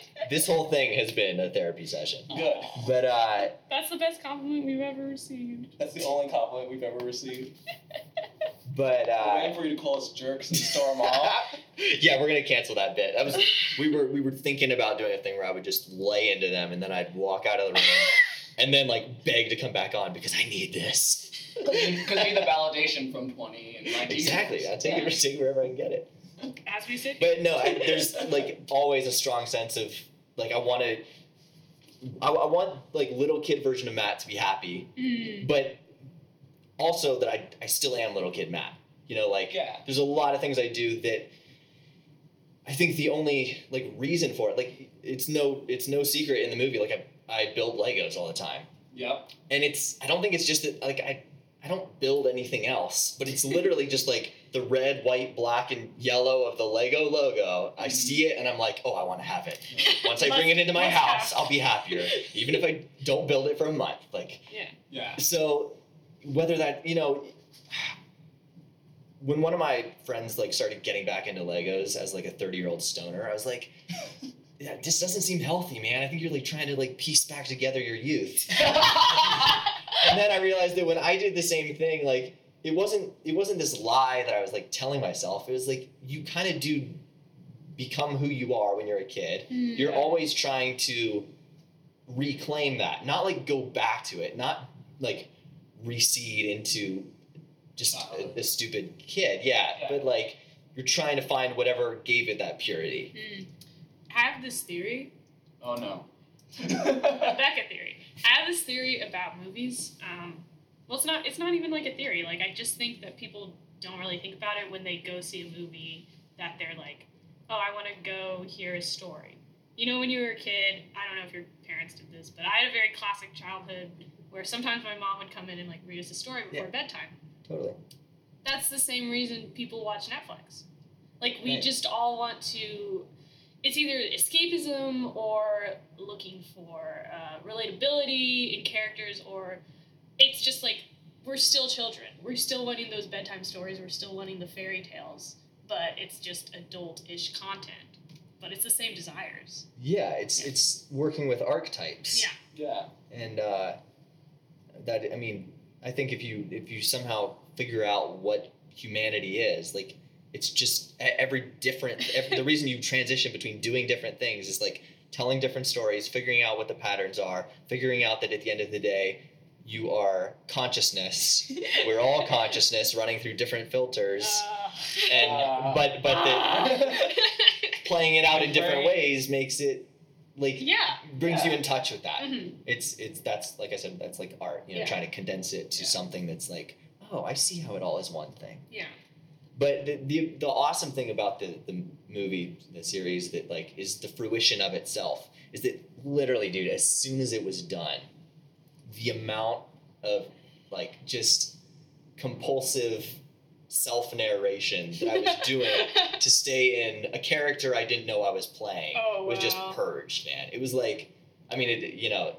Speaker 3: this whole thing has been a therapy session.
Speaker 1: Good.
Speaker 3: But uh
Speaker 2: That's the best compliment we've ever received.
Speaker 1: That's the only compliment we've ever received.
Speaker 3: but
Speaker 1: I'm waiting
Speaker 3: uh
Speaker 1: for you to call us jerks and storm off.
Speaker 3: yeah, we're gonna cancel that bit. That was we were we were thinking about doing a thing where I would just lay into them and then I'd walk out of the room and then like beg to come back on because I need this.
Speaker 1: Because be the validation from 20 and 19.
Speaker 3: Exactly. I take
Speaker 1: Yeah.
Speaker 3: it take it wherever I can get it.
Speaker 2: As we sit.
Speaker 3: But no, I, there's like always a strong sense of like I want to I, I want like little kid version of Matt to be happy,
Speaker 2: Mm.
Speaker 3: but also that I I still am little kid Matt. You know, like
Speaker 1: Yeah.
Speaker 3: there's a lot of things I do that I think the only like reason for it, like it's no it's no secret in the movie. Like I I build Legos all the time,
Speaker 1: Yep.
Speaker 3: and it's I don't think it's just that like I I don't build anything else, but it's literally just like the red, white, black, and yellow of the Lego logo.
Speaker 2: Mm-hmm.
Speaker 3: I
Speaker 1: Mhm.
Speaker 3: see it and I'm like, oh, I want to have it. Once I bring it into my
Speaker 2: Must
Speaker 3: house,
Speaker 2: have.
Speaker 3: I'll be happier, even if I don't build it for a month. Like
Speaker 2: Yeah.
Speaker 1: Yeah.
Speaker 3: so whether that you know when one of my friends like started getting back into legos as like a 30 year old stoner i was like yeah, this doesn't seem healthy man i think you're like trying to like piece back together your youth and then i realized that when i did the same thing like it wasn't it wasn't this lie that i was like telling myself it was like you kind of do become who you are when you're a kid
Speaker 2: Mm.
Speaker 3: you're always trying to reclaim that not like go back to it not like recede into just a, a stupid kid yeah,
Speaker 1: Yeah.
Speaker 3: but like you're trying to find whatever gave it that purity
Speaker 2: Mm. I have this theory,
Speaker 1: Oh no.
Speaker 2: Becca theory. I have this theory about movies. Um, well, it's not. It's not even like a theory. Like I just think that people don't really think about it when they go see a movie. That they're like, oh, I want to go hear a story. You know, when you were a kid, I don't know if your parents did this, but I had a very classic childhood where sometimes my mom would come in and like read us a story before bedtime.
Speaker 3: totally
Speaker 2: that's the same reason people watch Netflix. Like we
Speaker 3: Right.
Speaker 2: just all want to. It's either escapism or looking for uh, relatability in characters, or it's just like we're still children. We're still wanting those bedtime stories. We're still wanting the fairy tales, but it's just adult-ish content. But it's the same desires.
Speaker 3: yeah it's it's working with archetypes
Speaker 2: Yeah.
Speaker 1: Yeah.
Speaker 3: and uh, that i mean i think if you if you somehow figure out what humanity is like it's just e- every different every, the reason you transition between doing different things is like telling different stories figuring out what the patterns are figuring out that at the end of the day you are consciousness we're all consciousness running through different filters
Speaker 2: Uh,
Speaker 3: and
Speaker 1: Ah.
Speaker 3: but but that playing it out in different
Speaker 1: Right.
Speaker 3: ways makes it like
Speaker 2: yeah.
Speaker 3: brings you
Speaker 1: Yeah.
Speaker 3: in touch with that
Speaker 2: hmm
Speaker 3: it's it's that's like I said, that's like art. You know,
Speaker 2: Yeah.
Speaker 3: trying to condense it to
Speaker 1: Yeah.
Speaker 3: something that's like, oh, I see how it all is one thing.
Speaker 2: Yeah.
Speaker 3: But the the, the awesome thing about the the movie, the series that like is the fruition of itself is that literally, dude, as soon as it was done, the amount of like just compulsive self narration that I was doing to stay in a character I didn't know I was playing
Speaker 2: Oh,
Speaker 3: was just
Speaker 2: wow.
Speaker 3: purged, man. It was like, I mean, it, you know,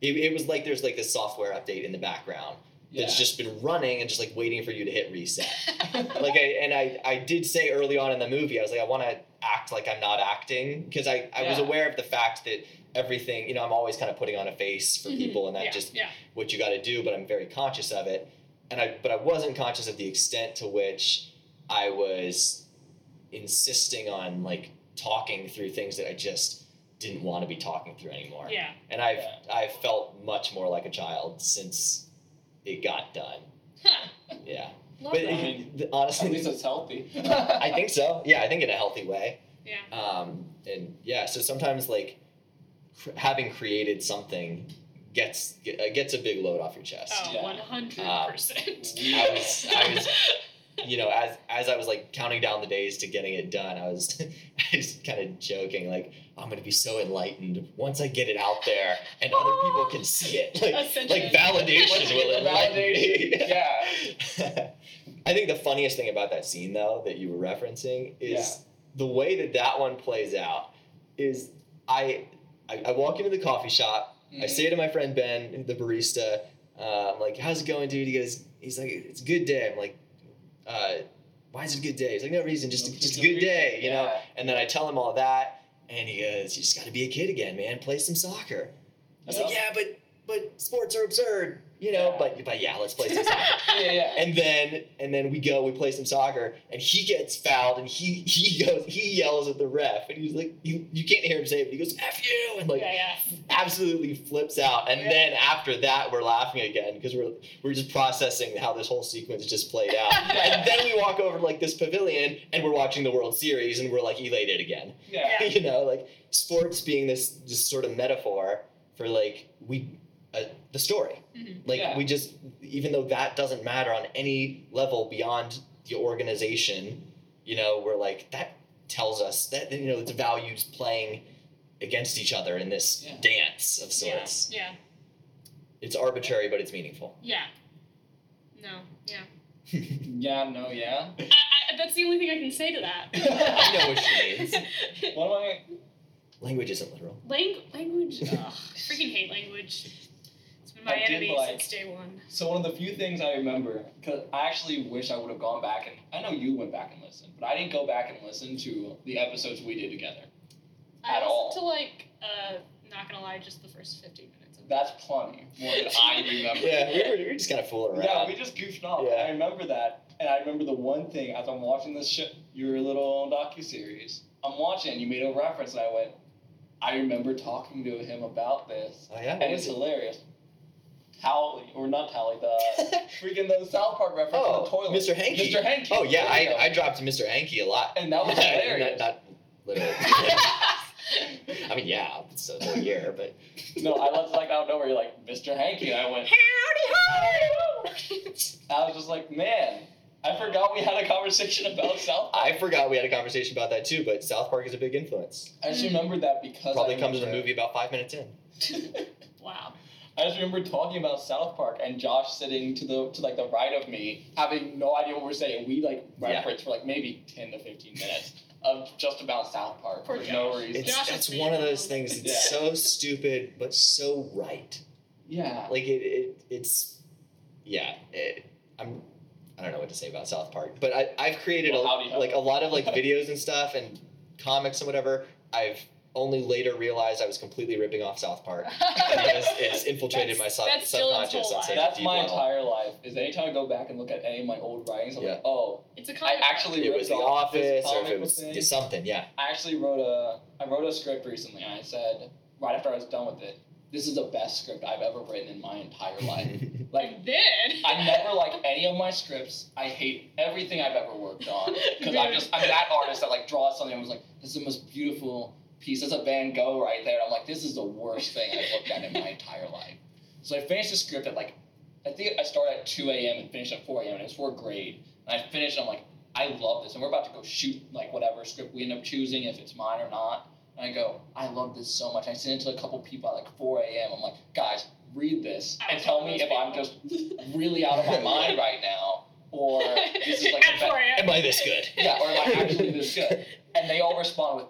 Speaker 3: it, it was like there's like this software update in the background
Speaker 1: Yeah.
Speaker 3: that's just been running and just like waiting for you to hit reset. like, I, and I, I did say early on in the movie, I was like, I want to act like I'm not acting because I, I was
Speaker 1: Yeah.
Speaker 3: aware of the fact that everything, you know, I'm always kind of putting on a face for
Speaker 2: Mhm.
Speaker 3: people and that
Speaker 2: yeah.
Speaker 3: just
Speaker 2: yeah.
Speaker 3: what you got to do, but I'm very conscious of it. And I, but I wasn't conscious of the extent to which I was insisting on like talking through things that I just didn't want to be talking through anymore.
Speaker 2: Yeah.
Speaker 3: And I've
Speaker 1: Yeah.
Speaker 3: I've felt much more like a child since it got done.
Speaker 2: Huh.
Speaker 3: Yeah,
Speaker 2: Love
Speaker 1: that.
Speaker 2: that.
Speaker 3: but it-
Speaker 1: At least
Speaker 3: honestly,
Speaker 1: it's healthy.
Speaker 3: I think so. Yeah, I think in a healthy way
Speaker 2: Yeah.
Speaker 3: um, and yeah so sometimes like cr- having created something gets get, uh, gets a big load off your chest
Speaker 2: Oh,
Speaker 1: Yeah. Um,
Speaker 2: one hundred percent.
Speaker 3: I was- I was- you know as as i was like counting down the days to getting it done i was i was kind of joking like i'm gonna be so enlightened once i get it out there and other people can see it like
Speaker 2: Essentially.
Speaker 3: like validation
Speaker 1: Once you get
Speaker 3: will
Speaker 1: the
Speaker 3: enlighten me.
Speaker 1: validation, yeah.
Speaker 3: I think the funniest thing about that scene though that you were referencing is
Speaker 1: Yeah.
Speaker 3: the way that that one plays out is I I, I walk into the coffee shop. I say to my friend Ben, the barista, uh, I'm like, "How's it going, dude?" He goes, "He's like, it's a good day." I'm like, uh, "Why is it a good day?" He's like, "No reason, just
Speaker 1: No
Speaker 3: just a
Speaker 1: particular
Speaker 3: good day," you
Speaker 1: reason.
Speaker 3: know.
Speaker 1: Yeah.
Speaker 3: And then I tell him all that, and he goes, "You just got to be a kid again, man. Play some soccer." I was like,
Speaker 1: Yep.
Speaker 3: yeah, but but sports are absurd, you know.
Speaker 1: Yeah.
Speaker 3: But but yeah, let's play some soccer.
Speaker 1: Yeah, yeah.
Speaker 3: and then and then we go, we play some soccer, and he gets fouled, and he he goes, he yells at the ref, and he's like, you, you can't hear him say it, but he goes, "F you," and like
Speaker 2: yeah, yeah.
Speaker 3: absolutely flips out. And
Speaker 1: Yeah.
Speaker 3: then after that, we're laughing again because we're we're just processing how this whole sequence just played out. and then we walk over to like this pavilion, and we're watching the World Series, and we're like elated again
Speaker 1: yeah.
Speaker 2: Yeah.
Speaker 3: you know, like sports being this just sort of metaphor for like we uh, the story.
Speaker 2: Mhm.
Speaker 3: Like
Speaker 1: Yeah.
Speaker 3: we just even though that doesn't matter on any level beyond the organization, you know, we're like that tells us that you know it's values playing against each other in this
Speaker 1: Yeah.
Speaker 3: dance of sorts.
Speaker 2: Yeah.
Speaker 3: It's arbitrary but it's meaningful.
Speaker 2: Yeah. No. Yeah.
Speaker 1: Yeah, no, yeah.
Speaker 2: I, I, that's the only thing I can say to that.
Speaker 3: I know what she means.
Speaker 1: What am I?
Speaker 3: Language isn't literal.
Speaker 2: Lang- language. Ugh, freaking hate language. It's been my
Speaker 1: I did
Speaker 2: enemy
Speaker 1: like-
Speaker 2: since day one.
Speaker 1: So one of the few things I remember, because I actually wish I would have gone back and I know you went back and listened, but I didn't go back and listen to the episodes we did together. At
Speaker 2: I listened
Speaker 1: all.
Speaker 2: to like, uh, not gonna lie, just the first fifteen minutes. Of
Speaker 1: That's plenty more than I remember.
Speaker 3: Yeah, we were, we were just kind of fooling
Speaker 1: Yeah,
Speaker 3: around.
Speaker 1: we just goofed off.
Speaker 3: Yeah.
Speaker 1: I remember that, and I remember the one thing as I'm watching this sh- your little docu series. I'm watching, and you made a reference, and I went, I remember talking to him about this,
Speaker 3: oh yeah,
Speaker 1: and
Speaker 3: what
Speaker 1: it's
Speaker 3: was it?
Speaker 1: hilarious. Tally or not Tally, the freaking those South Park reference on the
Speaker 3: oh,
Speaker 1: toilet.
Speaker 3: Mr. Hanky.
Speaker 1: Mr. Hanky.
Speaker 3: Oh yeah,
Speaker 1: there you
Speaker 3: I,
Speaker 1: go.
Speaker 3: I dropped Mr. Hanky a lot.
Speaker 1: and that was
Speaker 3: not,
Speaker 1: hilarious.
Speaker 3: not literally. I mean, yeah, it's a whole year, but
Speaker 1: no, I was like out of nowhere. You're like Mr. Hanky, and I went. I was just like, man, I forgot we had a conversation about South. Park.
Speaker 3: I forgot we had a conversation about that too. But South Park is a big influence.
Speaker 1: I just remembered that because
Speaker 3: Probably
Speaker 1: I
Speaker 3: comes in a
Speaker 1: remember-
Speaker 3: movie about five minutes in.
Speaker 2: wow.
Speaker 1: I just remember talking about South Park and Josh sitting to the to like the right of me, having no idea what we're saying. We like
Speaker 3: Yeah.
Speaker 1: referenced for like maybe ten to fifteen minutes of just about South Park
Speaker 2: Poor
Speaker 1: for no
Speaker 2: Josh.
Speaker 1: reason.
Speaker 3: It's
Speaker 2: Josh is
Speaker 3: that's
Speaker 2: the-
Speaker 3: one of those things. It's
Speaker 1: Yeah.
Speaker 3: so stupid but so right.
Speaker 1: yeah.
Speaker 3: Like it, it it's yeah. It, I'm I don't know what to say about South Park, but I I've created
Speaker 1: Well, howdy,
Speaker 3: a,
Speaker 1: howdy.
Speaker 3: like a lot of like videos and stuff and comics and whatever. I've only later realized I was completely ripping off South Park. because it's infiltrated
Speaker 2: That's-
Speaker 3: my sub-
Speaker 2: that's Dylan's
Speaker 3: subconscious.
Speaker 2: whole
Speaker 3: on such a
Speaker 2: life.
Speaker 1: That's
Speaker 3: deep
Speaker 1: my
Speaker 3: level.
Speaker 1: entire life. Is anytime I go back and look at any of my old writings, I'm
Speaker 3: Yeah.
Speaker 1: like, oh,
Speaker 2: it's a
Speaker 1: I
Speaker 2: comic.
Speaker 1: actually
Speaker 3: It
Speaker 1: ripped
Speaker 3: was the
Speaker 1: off this
Speaker 3: office, or if
Speaker 1: comic
Speaker 3: it was
Speaker 1: thing.
Speaker 3: just something. Yeah,
Speaker 1: I actually wrote a I wrote a script recently. And I said right after I was done with it, this is the best script I've ever written in my entire life. like
Speaker 2: And then
Speaker 1: I never like any of my scripts. I hate everything I've ever worked on because I'm just I'm that artist that like draws something. I was like, this is the most beautiful piece. That's a Van Gogh right there. And I'm like, this is the worst thing I've looked at in my entire life. So I finished the script at like, I think I started at 2 a.m. and finished at 4 a.m. and it was for a grade. And I finished. And I'm like, I love this. And we're about to go shoot like whatever script we end up choosing if it's mine or not. And I go, I love this so much. I sent it to a couple people at like 4 a.m. I'm like, guys, read this
Speaker 2: I
Speaker 1: and
Speaker 2: was
Speaker 1: tell
Speaker 2: one of
Speaker 1: me
Speaker 2: those
Speaker 1: if I'm
Speaker 2: people.
Speaker 1: just really out of my mind right now, or this is like
Speaker 2: At
Speaker 1: the best.
Speaker 2: 4 a.m.
Speaker 3: am I this good?
Speaker 1: Yeah, or am I actually this good? And they all respond with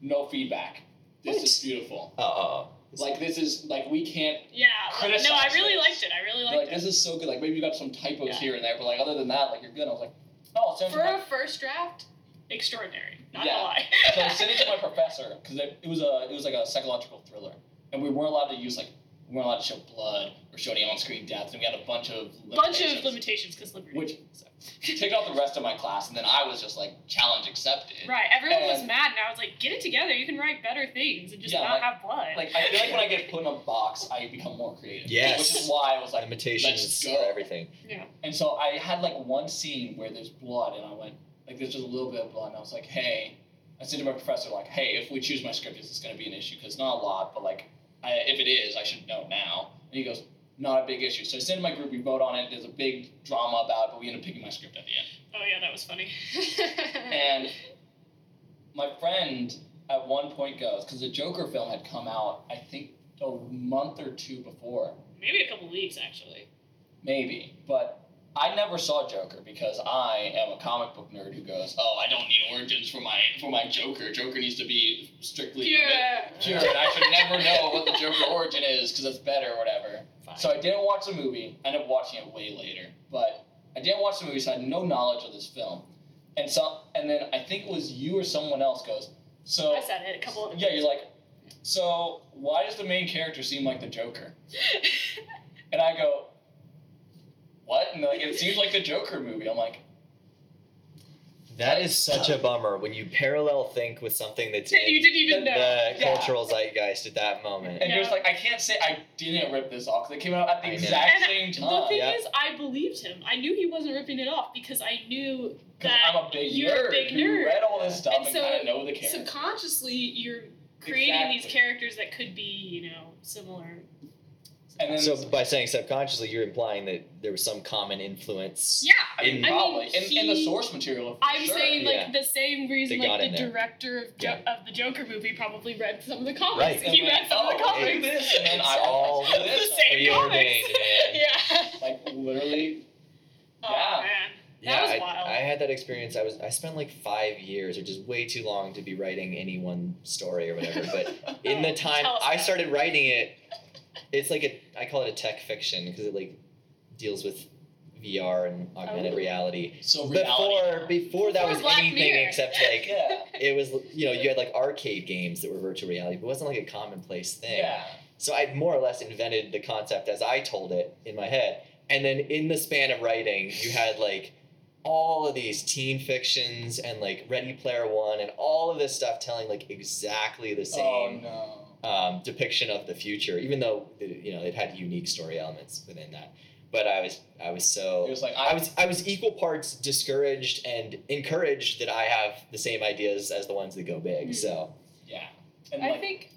Speaker 1: no feedback. This is beautiful.
Speaker 3: Oh, oh, oh.
Speaker 1: Like this is like we can't.
Speaker 2: Yeah. like, No, I
Speaker 1: Criticize
Speaker 2: really
Speaker 1: this.
Speaker 2: liked it. I really
Speaker 1: They're
Speaker 2: liked
Speaker 1: like this is so good. Like maybe you got some typos
Speaker 2: Yeah.
Speaker 1: here and there, but like other than that, like you're good. I was like, oh,
Speaker 2: it.
Speaker 1: send it
Speaker 2: For
Speaker 1: to my,
Speaker 2: a first draft, extraordinary. Not
Speaker 1: Yeah.
Speaker 2: gonna lie.
Speaker 1: so I sent it to my professor because it, it was a it was like a psychological thriller, and we weren't allowed to use like we weren't allowed to show blood or show any on-screen death, and we had a bunch of
Speaker 2: Bunch of
Speaker 1: limitations.
Speaker 2: limitations because liberty.
Speaker 1: Which-
Speaker 2: so.
Speaker 1: Take out the rest of my class, and then I was just like challenge accepted.
Speaker 2: Right. Everyone was
Speaker 1: And-
Speaker 2: mad, and I was like, "Get it together. You can write better things and just
Speaker 1: Yeah,
Speaker 2: not
Speaker 1: like-
Speaker 2: have blood."
Speaker 1: Like I feel like when I get put in a box, I become more creative.
Speaker 3: Yes.
Speaker 1: Which is why I was like,
Speaker 3: limitations
Speaker 1: let's
Speaker 3: for
Speaker 1: go.
Speaker 3: everything.
Speaker 2: yeah.
Speaker 1: and so I had like one scene where there's blood, and I went like there's just a little bit of blood, and I was like, hey, I said to my professor like, hey, if we choose my script, is this going to be an issue? Because not a lot, but like, I, if it is, I should know now. And he goes, not a big issue. So I sent my group, we vote on it. There's a big drama about it, but we end up picking my script at the end.
Speaker 2: Oh yeah, that was funny.
Speaker 1: And my friend at one point goes, because the Joker film had come out, I think a month or two before,
Speaker 2: Maybe a couple weeks actually.
Speaker 1: maybe. But I never saw Joker because I am a comic book nerd who goes, oh, I don't need origins for my for my Joker. Joker needs to be strictly
Speaker 2: Yeah.
Speaker 1: pure, and I should never know what the Joker origin is because that's better or whatever.
Speaker 2: Fine.
Speaker 1: So I didn't watch the movie. I ended up watching it way later, but I didn't watch the movie, so I had no knowledge of this film. And so, and then I think it was you or someone else goes. So
Speaker 2: I said it a couple of.
Speaker 1: yeah, you're like, so why does the main character seem like the Joker? And I go, what? And they're like, it seems like the Joker movie. I'm like,
Speaker 3: That is such a bummer when you parallel think with something that's
Speaker 2: that you
Speaker 3: in
Speaker 2: didn't even
Speaker 1: the-
Speaker 2: know.
Speaker 3: the
Speaker 1: Yeah.
Speaker 3: cultural zeitgeist at that moment.
Speaker 1: and you're
Speaker 2: Yeah.
Speaker 1: just like, I can't say I didn't rip this off because it came out at the
Speaker 3: I know.
Speaker 1: exact
Speaker 2: And
Speaker 1: same
Speaker 2: the
Speaker 1: time.
Speaker 2: thing
Speaker 3: yeah.
Speaker 2: is, I believed him. I knew he wasn't ripping it off because I knew
Speaker 1: 'Cause
Speaker 2: that
Speaker 1: I'm a big
Speaker 2: you're
Speaker 1: nerd
Speaker 2: a big
Speaker 1: who
Speaker 2: nerd.
Speaker 1: read all this stuff
Speaker 2: And
Speaker 1: and,
Speaker 2: so
Speaker 1: kind of know the character.
Speaker 2: Subconsciously, you're creating
Speaker 1: Exactly.
Speaker 2: these characters that could be, you know, similar.
Speaker 1: And then
Speaker 3: So by saying subconsciously, you're implying that there was some common influence.
Speaker 2: yeah,
Speaker 1: I mean,
Speaker 2: I mean,
Speaker 1: probably in, in the
Speaker 2: he-
Speaker 1: source material. for
Speaker 2: I'm
Speaker 1: sure.
Speaker 2: saying like
Speaker 3: Yeah.
Speaker 2: the same reason
Speaker 3: They got
Speaker 2: like
Speaker 3: in
Speaker 2: the
Speaker 3: there.
Speaker 2: director of jo- of the Joker movie probably read some of the comics.
Speaker 3: Right.
Speaker 2: He
Speaker 1: And
Speaker 2: read
Speaker 1: like,
Speaker 2: some of the
Speaker 1: oh,
Speaker 2: comics.
Speaker 1: read this, and then
Speaker 3: It's
Speaker 1: I
Speaker 3: all
Speaker 1: all
Speaker 2: the
Speaker 1: this.
Speaker 2: same
Speaker 3: preordained,
Speaker 2: comics.
Speaker 3: man.
Speaker 2: yeah.
Speaker 1: Like literally,
Speaker 2: Oh
Speaker 1: Yeah.
Speaker 2: man.
Speaker 3: Yeah,
Speaker 2: was
Speaker 3: I,
Speaker 2: wild.
Speaker 3: I had that experience. I was I spent like five years, or just way too long, to be writing any one story or whatever. But in the time
Speaker 2: Tell us
Speaker 3: I
Speaker 2: about it.
Speaker 3: started writing it, it's like a I call it a tech fiction because it like deals with VR and augmented
Speaker 2: Oh.
Speaker 3: reality.
Speaker 5: So
Speaker 3: Before before that
Speaker 2: Before
Speaker 3: was
Speaker 2: Black
Speaker 3: anything
Speaker 2: Mirror.
Speaker 3: except like
Speaker 1: yeah,
Speaker 3: it was you know you had like arcade games that were virtual reality, but it wasn't like a commonplace thing.
Speaker 1: yeah.
Speaker 3: So I more or less invented the concept as I told it in my head. And then in the span of writing, you had like all of these teen fictions and like Ready Player One and all of this stuff telling like exactly the
Speaker 1: Oh
Speaker 3: same
Speaker 1: no.
Speaker 3: um, depiction of the future, even though you know it had unique story elements within that. But I was I was so
Speaker 1: It was like I,
Speaker 3: I was I was equal parts discouraged and encouraged that I have the same ideas as the ones that go big.
Speaker 2: Mhm.
Speaker 3: So
Speaker 1: yeah. And
Speaker 2: I
Speaker 1: like,
Speaker 2: think.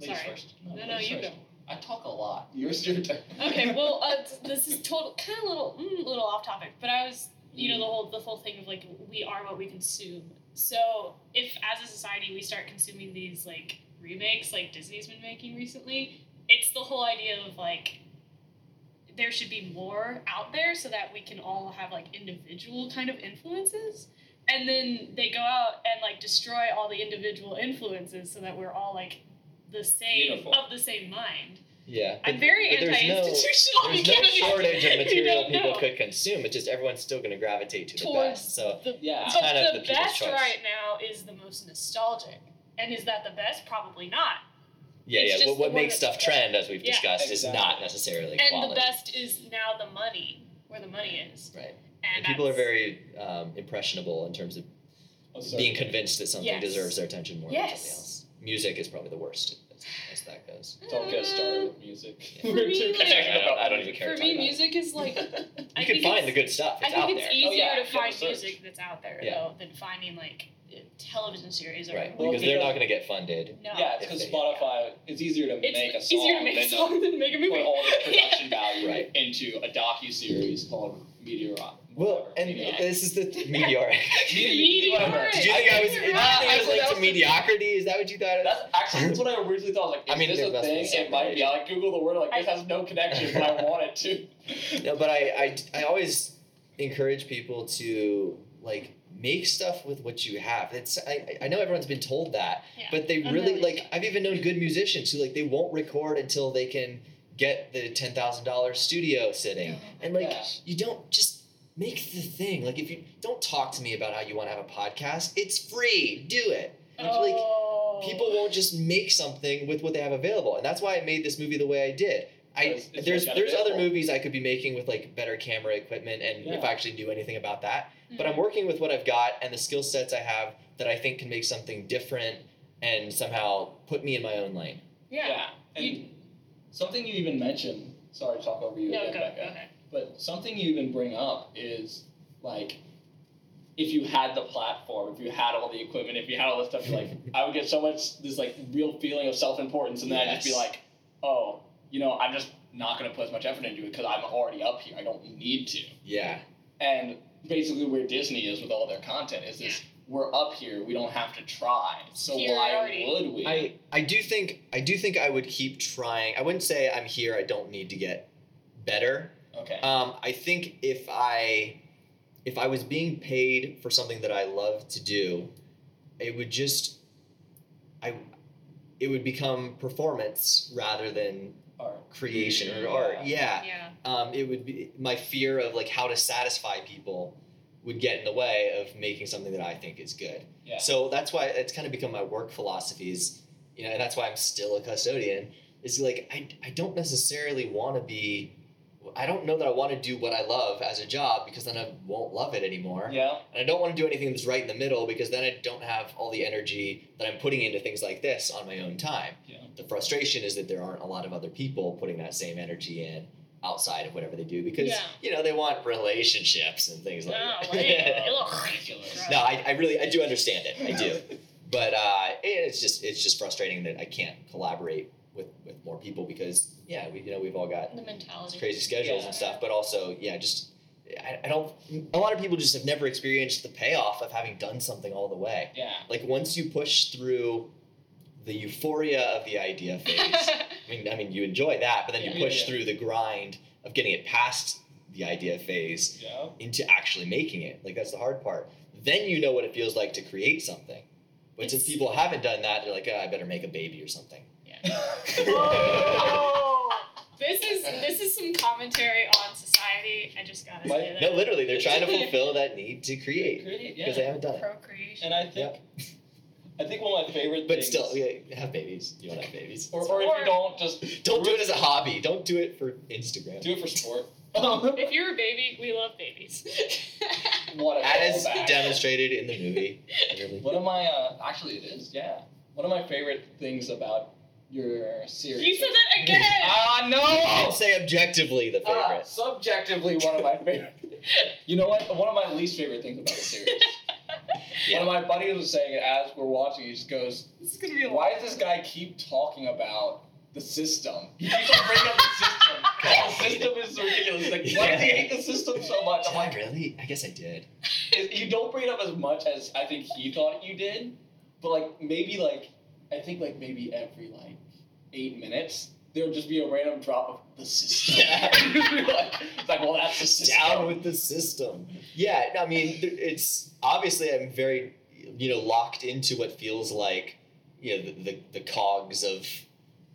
Speaker 1: ladies
Speaker 2: sorry.
Speaker 1: first.
Speaker 2: No, no,
Speaker 1: ladies
Speaker 2: you
Speaker 1: first. I talk a lot. Yours, your turn.
Speaker 2: Okay. Well, uh, this is total kind of little mm, little off topic, but I was you know the whole the whole thing of like we are what we consume. So if as a society we start consuming these like remakes like Disney's been making recently, it's the whole idea of like there should be more out there so that we can all have like individual kind of influences. And then they go out and like destroy all the individual influences so that we're all like the same
Speaker 1: Beautiful.
Speaker 2: of the same mind.
Speaker 3: yeah.
Speaker 2: I'm
Speaker 3: But-
Speaker 2: very
Speaker 3: but there's no-
Speaker 2: anti-institutional.
Speaker 3: There's
Speaker 2: you
Speaker 3: no
Speaker 2: can't-
Speaker 3: shortage of
Speaker 2: you
Speaker 3: material
Speaker 2: don't
Speaker 3: people
Speaker 2: know.
Speaker 3: could consume. It's just everyone's still going to gravitate to the
Speaker 2: Towards
Speaker 3: best. So
Speaker 2: The,
Speaker 1: Yeah.
Speaker 2: but
Speaker 3: kind of
Speaker 2: the,
Speaker 3: the people's
Speaker 2: best
Speaker 3: choice.
Speaker 2: right now is the most nostalgic. And is that the best? Probably not.
Speaker 3: yeah,
Speaker 2: it's
Speaker 3: yeah.
Speaker 2: just
Speaker 3: What, what
Speaker 2: the one
Speaker 3: makes
Speaker 2: that's
Speaker 3: stuff
Speaker 2: there.
Speaker 3: trend, as we've
Speaker 2: Yeah.
Speaker 3: discussed,
Speaker 1: Exactly.
Speaker 3: is not necessarily
Speaker 2: and
Speaker 3: quality.
Speaker 2: the best is now the money, where the money is.
Speaker 3: Right.
Speaker 2: And,
Speaker 3: And people are
Speaker 2: that's-
Speaker 3: very um, impressionable in terms of
Speaker 1: Oh, sorry.
Speaker 3: being convinced that something
Speaker 2: Yes.
Speaker 3: deserves their attention more than something
Speaker 2: Yes.
Speaker 3: else. Music is probably the worst as, as that goes.
Speaker 1: Don't get started
Speaker 2: Uh,
Speaker 1: with music.
Speaker 2: For
Speaker 1: We're
Speaker 2: me,
Speaker 1: too
Speaker 2: like-
Speaker 1: connected
Speaker 3: I don't, I don't
Speaker 1: about
Speaker 3: even care.
Speaker 2: For
Speaker 3: to
Speaker 2: me,
Speaker 3: talk about it.
Speaker 2: music is like
Speaker 3: You
Speaker 2: I
Speaker 3: can
Speaker 2: think
Speaker 3: find
Speaker 2: it's-
Speaker 3: the good stuff.
Speaker 2: I
Speaker 3: It's out
Speaker 2: think it's
Speaker 3: there.
Speaker 2: easier
Speaker 1: Oh, yeah,
Speaker 2: to
Speaker 1: yeah,
Speaker 2: find
Speaker 1: search.
Speaker 2: music that's out there
Speaker 3: Yeah.
Speaker 2: though than finding like uh, television series or
Speaker 3: Right.
Speaker 1: Well,
Speaker 3: Because they're
Speaker 1: because-
Speaker 3: not going to get funded.
Speaker 2: no.
Speaker 1: Yeah, it's
Speaker 3: If
Speaker 1: because
Speaker 3: they-
Speaker 1: Spotify. It's easier to
Speaker 2: It's
Speaker 1: make a song
Speaker 2: easier to make
Speaker 1: than
Speaker 2: a song than make a movie.
Speaker 1: put all the production value
Speaker 3: Right.
Speaker 1: into a docu series called Meteor.
Speaker 3: Well, and
Speaker 1: Meteor.
Speaker 3: this is the meteoric.
Speaker 1: Meteor- whatever.
Speaker 3: Did you think I was? Did you
Speaker 1: Actually,
Speaker 3: think I was
Speaker 1: that
Speaker 3: like
Speaker 1: was-
Speaker 3: to mediocrity? Is that what you thought? I was?
Speaker 1: That's actually that's what I originally thought. I was like, is
Speaker 3: I mean,
Speaker 1: this
Speaker 3: there
Speaker 1: a
Speaker 3: must be
Speaker 1: thing?
Speaker 3: some
Speaker 1: It might be. I like Google the word. I'm Like this has no connection, but I want it to.
Speaker 3: No, but I, I, I always encourage people to like make stuff with what you have. It's I, I know everyone's been told that,
Speaker 2: Yeah.
Speaker 3: but they
Speaker 2: Oh,
Speaker 3: really
Speaker 2: really?
Speaker 3: like. I've even known good musicians who like they won't record until they can get the ten thousand dollars studio sitting, and like
Speaker 1: Yeah.
Speaker 3: you don't just make the thing. Like if you don't talk to me about how you want to have a podcast, it's free. Do it. Like,
Speaker 2: Oh.
Speaker 3: people won't just make something with what they have available and that's why i made this movie the way i did I,
Speaker 1: It's- it's
Speaker 3: there's
Speaker 1: what's
Speaker 3: there's other
Speaker 1: available.
Speaker 3: movies I could be making with like better camera equipment and if
Speaker 1: Yeah. Mm-hmm.
Speaker 3: I actually knew anything about that. But
Speaker 2: Mhm.
Speaker 3: I'm working with what I've got and the skill sets I have that I think can make something different and somehow put me in my own lane.
Speaker 2: yeah.
Speaker 1: And
Speaker 2: You-
Speaker 1: something you even mentioned. Sorry to talk over you.
Speaker 2: No, go,
Speaker 1: again,
Speaker 2: go
Speaker 1: Becca.
Speaker 2: ahead.
Speaker 1: But something you even bring up is like if you had the platform, if you had all the equipment, if you had all this stuff, you're like I would get so much this like real feeling of self importance and then I'd just be
Speaker 3: Yes.
Speaker 1: like, Oh, you know, I'm just not gonna put as much effort into it because I'm already up here. I don't need to.
Speaker 3: Yeah.
Speaker 1: And basically where Disney is with all their content is this we're up here, we don't have to try. So
Speaker 2: Superiority.
Speaker 1: why would we?
Speaker 3: I, I do think I do think I would keep trying. I wouldn't say I'm here, I don't need to get better.
Speaker 1: okay.
Speaker 3: Um, I think if I if I was being paid for something that I love to do, it would just I it would become performance rather than
Speaker 1: Art.
Speaker 3: creation or
Speaker 2: Mm.
Speaker 3: art. Yeah.
Speaker 2: Yeah.
Speaker 3: Um, it would be my fear of like how to satisfy people would get in the way of making something that I think is good.
Speaker 1: Yeah.
Speaker 3: So that's why it's kind of become my work philosophy is, you know, and that's why I'm still a custodian is like, I, I don't necessarily want to be, I don't know that I want to do what I love as a job because then I won't love it anymore.
Speaker 1: yeah.
Speaker 3: And I don't want to do anything that's right in the middle because then I don't have all the energy that I'm putting into things like this on my own time.
Speaker 1: Yeah.
Speaker 3: The frustration is that there aren't a lot of other people putting that same energy in outside of whatever they do because,
Speaker 2: Yeah.
Speaker 3: you know, they want relationships and things like
Speaker 2: Oh,
Speaker 3: that.
Speaker 2: wait. Ugh.
Speaker 1: Ridiculous.
Speaker 3: No, I, I really I do understand it. I do. But uh, it, and it's just it's just frustrating that I can't collaborate with with more people because yeah, we you know we've all got
Speaker 2: The mentality.
Speaker 3: crazy schedules
Speaker 1: Yeah.
Speaker 3: and stuff, but also yeah, just I, I don't. A lot of people just have never experienced the payoff of having done something all the way.
Speaker 1: Yeah.
Speaker 3: Like once you push through the euphoria of the idea phase, I mean, I mean, you enjoy that, but then
Speaker 1: Yeah.
Speaker 3: you push
Speaker 1: Yeah.
Speaker 3: through the grind of getting it past the idea phase
Speaker 1: Yeah.
Speaker 3: into actually making it. Like that's the hard part. Then you know what it feels like to create something. But since
Speaker 2: It's-
Speaker 3: people haven't done that, they're like, oh, I better make a baby or something.
Speaker 2: Whoa. This is this is some commentary on society. I just gotta
Speaker 1: What?
Speaker 2: say
Speaker 3: No,
Speaker 2: that.
Speaker 3: literally, they're trying to fulfill that need to create
Speaker 1: Great,
Speaker 3: because
Speaker 1: yeah.
Speaker 3: they haven't done it.
Speaker 2: Procreation.
Speaker 1: And I think I think one of my favorite
Speaker 3: But
Speaker 1: things
Speaker 3: still, yeah, have babies. You want to have babies?
Speaker 1: or, or if
Speaker 2: Or-
Speaker 1: you don't just
Speaker 3: Don't do it as a hobby. Don't do it for Instagram.
Speaker 1: do it for sport.
Speaker 2: If you're a baby, we love babies.
Speaker 1: what a
Speaker 3: As
Speaker 1: callback.
Speaker 3: demonstrated in the movie. Literally.
Speaker 1: One of my uh, actually it is yeah. One of my favorite things about your series.
Speaker 2: you said that again.
Speaker 1: Ah
Speaker 3: I'd
Speaker 1: no.
Speaker 3: say objectively the
Speaker 1: Ah,
Speaker 3: favorite.
Speaker 1: subjectively, one of my favorite. You know what? One of my least favorite things about the series.
Speaker 3: Yeah.
Speaker 1: One of my buddies was saying it as we're watching. He just goes,
Speaker 2: this is gonna be a
Speaker 1: "Why does this guy keep talking about the system? He keeps on bringing up the system. the system is ridiculous. Like, why does he hate the system so much?" I'm
Speaker 3: Did
Speaker 1: like,
Speaker 3: I really? I guess I did.
Speaker 1: is- you don't bring it up as much as I think he thought you did, but like maybe like I think like maybe every like eight minutes there would just be a random drop of the system.
Speaker 3: Yeah.
Speaker 1: it's like well that's the system.
Speaker 3: down with the system. Yeah, I mean, th- it's obviously I'm very, you know, locked into what feels like, you know, the, the, the cogs of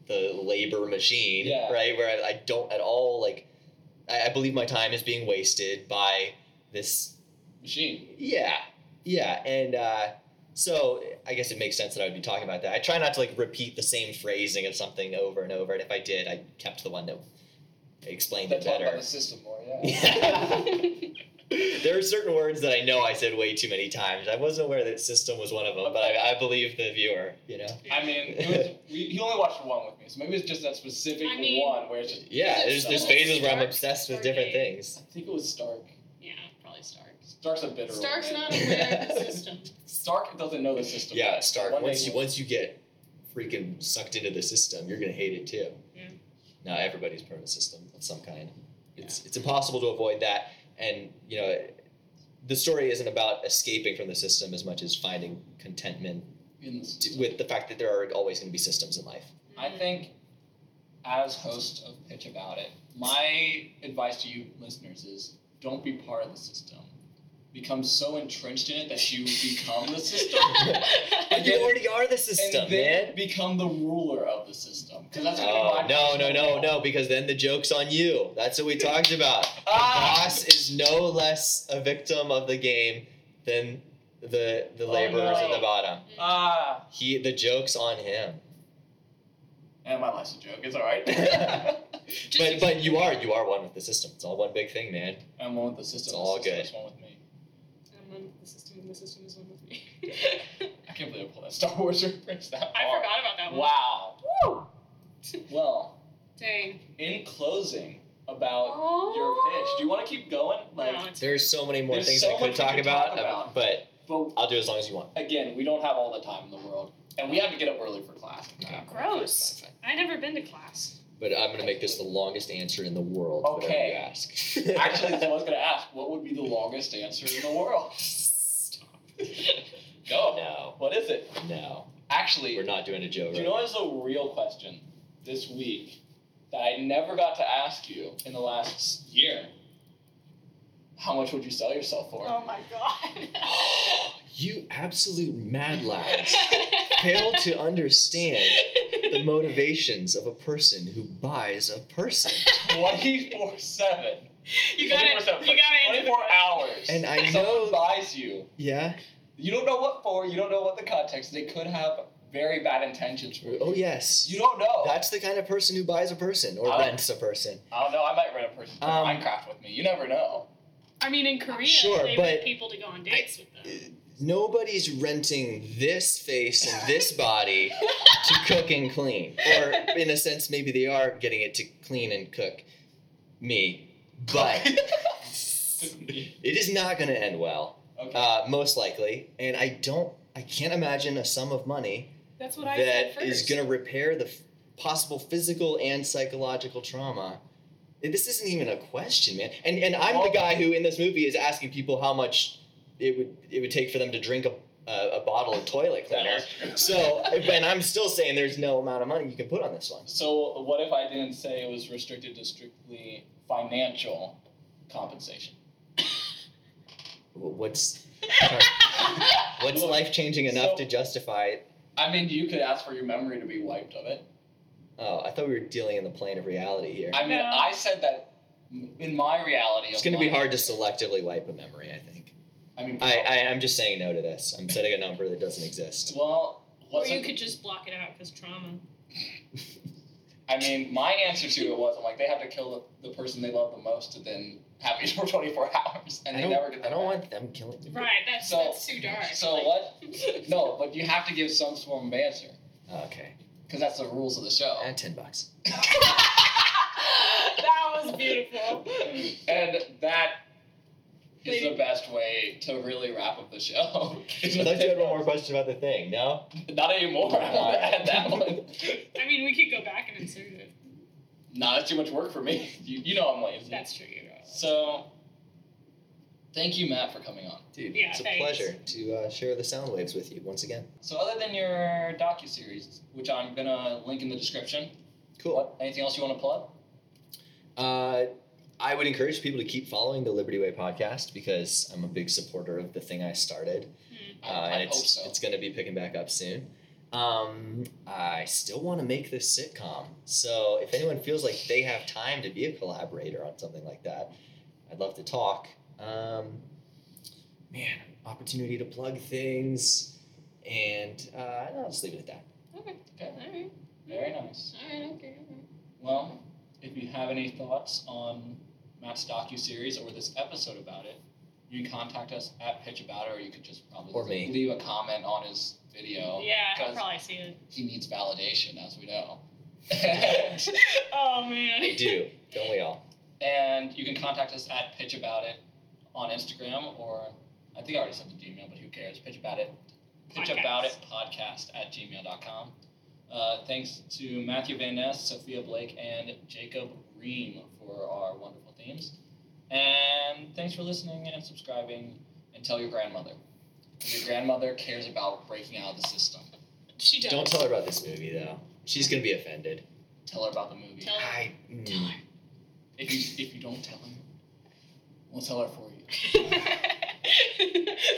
Speaker 3: the labor machine,
Speaker 1: Yeah.
Speaker 3: right? Where I, I don't at all like, I, I believe my time is being wasted by this.
Speaker 1: machine.
Speaker 3: Yeah, yeah, and uh, so I guess it makes sense that I would be talking about that. I try not to like repeat the same phrasing of something over and over, and if I did, I kept the one that explained
Speaker 1: That
Speaker 3: it
Speaker 1: talk
Speaker 3: better.
Speaker 1: about the system more. Yeah.
Speaker 3: there are certain words that I know I said way too many times. I wasn't aware that system was one of them, but I, I believe the viewer, you know?
Speaker 1: I mean, it was, we, he only watched one with me, so maybe it's just that specific
Speaker 2: I mean-
Speaker 1: one where it's just.
Speaker 3: Yeah, there's, there's phases where I'm obsessed with different
Speaker 1: I
Speaker 3: things.
Speaker 1: think it was Stark.
Speaker 2: Yeah, probably Stark.
Speaker 1: Stark's a bitter. old
Speaker 2: Stark's
Speaker 1: man.
Speaker 2: not aware of the system.
Speaker 1: Stark doesn't know the system.
Speaker 3: Yeah,
Speaker 1: yet, so
Speaker 3: Stark,
Speaker 1: one day
Speaker 3: once you,
Speaker 1: he'll-
Speaker 3: once you get freaking sucked into the system, you're going to hate it too.
Speaker 2: Yeah.
Speaker 3: Now everybody's part of a system of some kind. It's, it's impossible to avoid that. And, you know, the story isn't about escaping from the system as much as finding contentment
Speaker 1: in the
Speaker 3: t-
Speaker 1: system.
Speaker 3: with the fact that there are always going to be systems in life.
Speaker 1: I
Speaker 2: Hmm.
Speaker 1: think, as host of Pitch About It, my advice to you listeners is don't be part of the system. Become so entrenched in it that you become the system.
Speaker 3: But you already are the system,
Speaker 1: and then
Speaker 3: man.
Speaker 1: become the ruler of the system. Because that's gonna
Speaker 3: Oh,
Speaker 1: be my
Speaker 3: no, no,
Speaker 1: personal
Speaker 3: no,
Speaker 1: goal.
Speaker 3: no, because then the joke's on you. That's what we talked about. The
Speaker 1: Ah!
Speaker 3: boss is no less a victim of the game than the the
Speaker 1: Oh,
Speaker 3: laborers at
Speaker 1: no.
Speaker 3: the bottom.
Speaker 1: Ah,
Speaker 3: He the joke's on him.
Speaker 1: and my life's a joke. It's all right.
Speaker 3: But but you are you are one with the system. It's all one big thing, man.
Speaker 1: I'm one with the system.
Speaker 3: It's all
Speaker 1: the system
Speaker 3: good.
Speaker 1: is one with me.
Speaker 2: I'm one with the system, and the system is one with me.
Speaker 1: I can't believe I pulled that Star Wars reference that
Speaker 2: I
Speaker 1: far.
Speaker 2: forgot about that one.
Speaker 1: Oh. Wow. Well,
Speaker 2: Dang.
Speaker 1: in closing about your
Speaker 2: Oh.
Speaker 1: pitch, do you want to keep going? Like,
Speaker 2: No, it's-
Speaker 3: There's so many more
Speaker 1: There's
Speaker 3: things
Speaker 1: so
Speaker 3: I could
Speaker 1: much we
Speaker 3: talk
Speaker 1: could
Speaker 3: about, uh,
Speaker 1: talk about.
Speaker 3: but
Speaker 1: but
Speaker 3: I'll do as long as you want.
Speaker 1: again, we don't have all the time in the world, and we have to get up early for class.
Speaker 3: Ah,
Speaker 2: Gross.
Speaker 3: fine, fine, fine.
Speaker 2: I never been to class.
Speaker 3: But I'm gonna make this the longest answer in the world. whatever
Speaker 1: Okay.
Speaker 3: you ask.
Speaker 1: Actually, I was gonna ask, what would be the longest answer in the world? Go.
Speaker 3: no,
Speaker 1: What is it?
Speaker 3: no.
Speaker 1: Actually,
Speaker 3: We're not doing a
Speaker 1: do you
Speaker 3: Joe Rogan.
Speaker 1: know what is a real question this week that I never got to ask you in the last year? How much would you sell yourself for?
Speaker 2: Oh my god.
Speaker 3: You absolute mad lads fail to understand the motivations of a person who buys a person.
Speaker 1: Twenty-four seven.
Speaker 2: you gotta, you gotta answer.
Speaker 1: Twenty-four hours.
Speaker 3: And I
Speaker 1: Someone
Speaker 3: know-
Speaker 1: buys you.
Speaker 3: Yeah.
Speaker 1: You don't know what for. You don't know what the context. They could have very bad intentions for you.
Speaker 3: Oh yes.
Speaker 1: You don't know.
Speaker 3: That's the kind of person who buys a person or
Speaker 1: Oh.
Speaker 3: rents a person.
Speaker 1: I don't know. I might rent a person to play
Speaker 3: Um,
Speaker 1: Minecraft with me. You never know.
Speaker 2: I mean, in Korea,
Speaker 3: Sure,
Speaker 2: they
Speaker 3: but-
Speaker 2: want people to go on dates with them.
Speaker 3: Nobody's renting this face and this body to cook and clean. Or in a sense, maybe they are getting it to clean and cook me. But
Speaker 1: okay.
Speaker 3: it is not gonna uh, end well. Uh, most likely, and I don't, I can't imagine a sum of money
Speaker 2: That's what I said
Speaker 3: that
Speaker 2: first.
Speaker 3: is going to repair the f- possible physical and psychological trauma. This isn't even a question, man. And and I'm the guy who in this movie is asking people how much it would it would take for them to drink a a, a bottle of toilet cleaner. So, and I'm still saying there's no amount of money you can put on this one.
Speaker 1: So what if I didn't say it was restricted to strictly financial compensation?
Speaker 3: W- What's
Speaker 2: I
Speaker 3: what's
Speaker 1: Look,
Speaker 3: life changing enough
Speaker 1: so-
Speaker 3: to justify it?
Speaker 1: I mean, you could ask for your memory to be wiped of it.
Speaker 3: Oh, I thought we were dealing in the plane of reality here.
Speaker 1: I mean,
Speaker 2: No.
Speaker 1: I said that in my reality.
Speaker 3: It's
Speaker 1: of
Speaker 3: going to be
Speaker 1: life-
Speaker 3: hard to selectively wipe a memory. I think.
Speaker 1: I mean,
Speaker 3: I, I I'm just saying no to this. I'm setting a number that doesn't exist.
Speaker 1: well,
Speaker 2: or
Speaker 1: what's
Speaker 2: you
Speaker 1: a-
Speaker 2: could just block it out because trauma.
Speaker 1: I mean, my answer to it was I'm like they have to kill the, the person they love the most to then have it for 24 hours, and they
Speaker 3: I don't,
Speaker 1: never get
Speaker 3: I
Speaker 1: that
Speaker 3: don't
Speaker 1: back.
Speaker 3: want them killing me.
Speaker 2: Right. That's
Speaker 1: So-
Speaker 2: that's too dark.
Speaker 1: So
Speaker 2: like,
Speaker 1: what? No, but you have to give some form of answer
Speaker 3: Oh, okay.
Speaker 1: because that's the rules of the show.
Speaker 3: And ten bucks.
Speaker 2: that was beautiful.
Speaker 1: And that is
Speaker 2: Lady-
Speaker 1: the best way to really wrap up the show.
Speaker 3: I thought you had one more question about the thing. No.
Speaker 1: Not anymore. I want to add that one.
Speaker 2: I mean, we could go back and insert it.
Speaker 1: nah, that's too much work for me. You, you know I'm lazy.
Speaker 2: That's true. You're right.
Speaker 1: So, thank you, Matt, for coming on.
Speaker 3: Dude,
Speaker 2: Yeah,
Speaker 3: it's a
Speaker 2: thanks.
Speaker 3: pleasure to uh, share the sound waves with you once again.
Speaker 1: So, other than your docu series, which I'm gonna link in the description,
Speaker 3: Cool.
Speaker 1: what, anything else you want to plug?
Speaker 3: Uh, I would encourage people to keep following the Liberty Way podcast because I'm a big supporter of the thing I started.
Speaker 2: Hmm.
Speaker 3: Uh,
Speaker 1: I- I
Speaker 3: and it's
Speaker 1: hope so.
Speaker 3: it's going to be picking back up soon. Um, I still want to make this sitcom. So if anyone feels like they have time to be a collaborator on something like that, I'd love to talk. Um, man, opportunity to plug things, and uh, I'll just leave it at that.
Speaker 2: Okay.
Speaker 1: Okay.
Speaker 2: All right.
Speaker 1: Very nice.
Speaker 2: All right. Okay. okay.
Speaker 1: Well, if you have any thoughts on Matt's docu series or this episode about it, you can contact us at Pitch About It, or you could just probably
Speaker 3: Or me.
Speaker 1: leave a comment on his video.
Speaker 2: Yeah, I'll
Speaker 1: Because
Speaker 2: probably see it.
Speaker 1: he needs validation, as we know.
Speaker 2: Oh man.
Speaker 3: We do, don't we all?
Speaker 1: and you can contact us at Pitch About It on Instagram, or I think I already said the Gmail, but who cares? Pitch About It, Pitch
Speaker 2: Podcast.
Speaker 1: About It podcast at gmail.com. Uh, thanks to Matthew Van Ness, Sophia Blake, and Jacob Ream for our wonderful themes. And thanks for listening and subscribing, and tell your grandmother. 'Cause Your grandmother cares about breaking out of the system.
Speaker 2: She does.
Speaker 3: Don't tell her about this movie though. She's gonna be offended.
Speaker 1: Tell her about the movie.
Speaker 2: Tell-
Speaker 3: I mm,
Speaker 2: Tell her.
Speaker 1: If you, if you don't tell her, we'll tell her for you.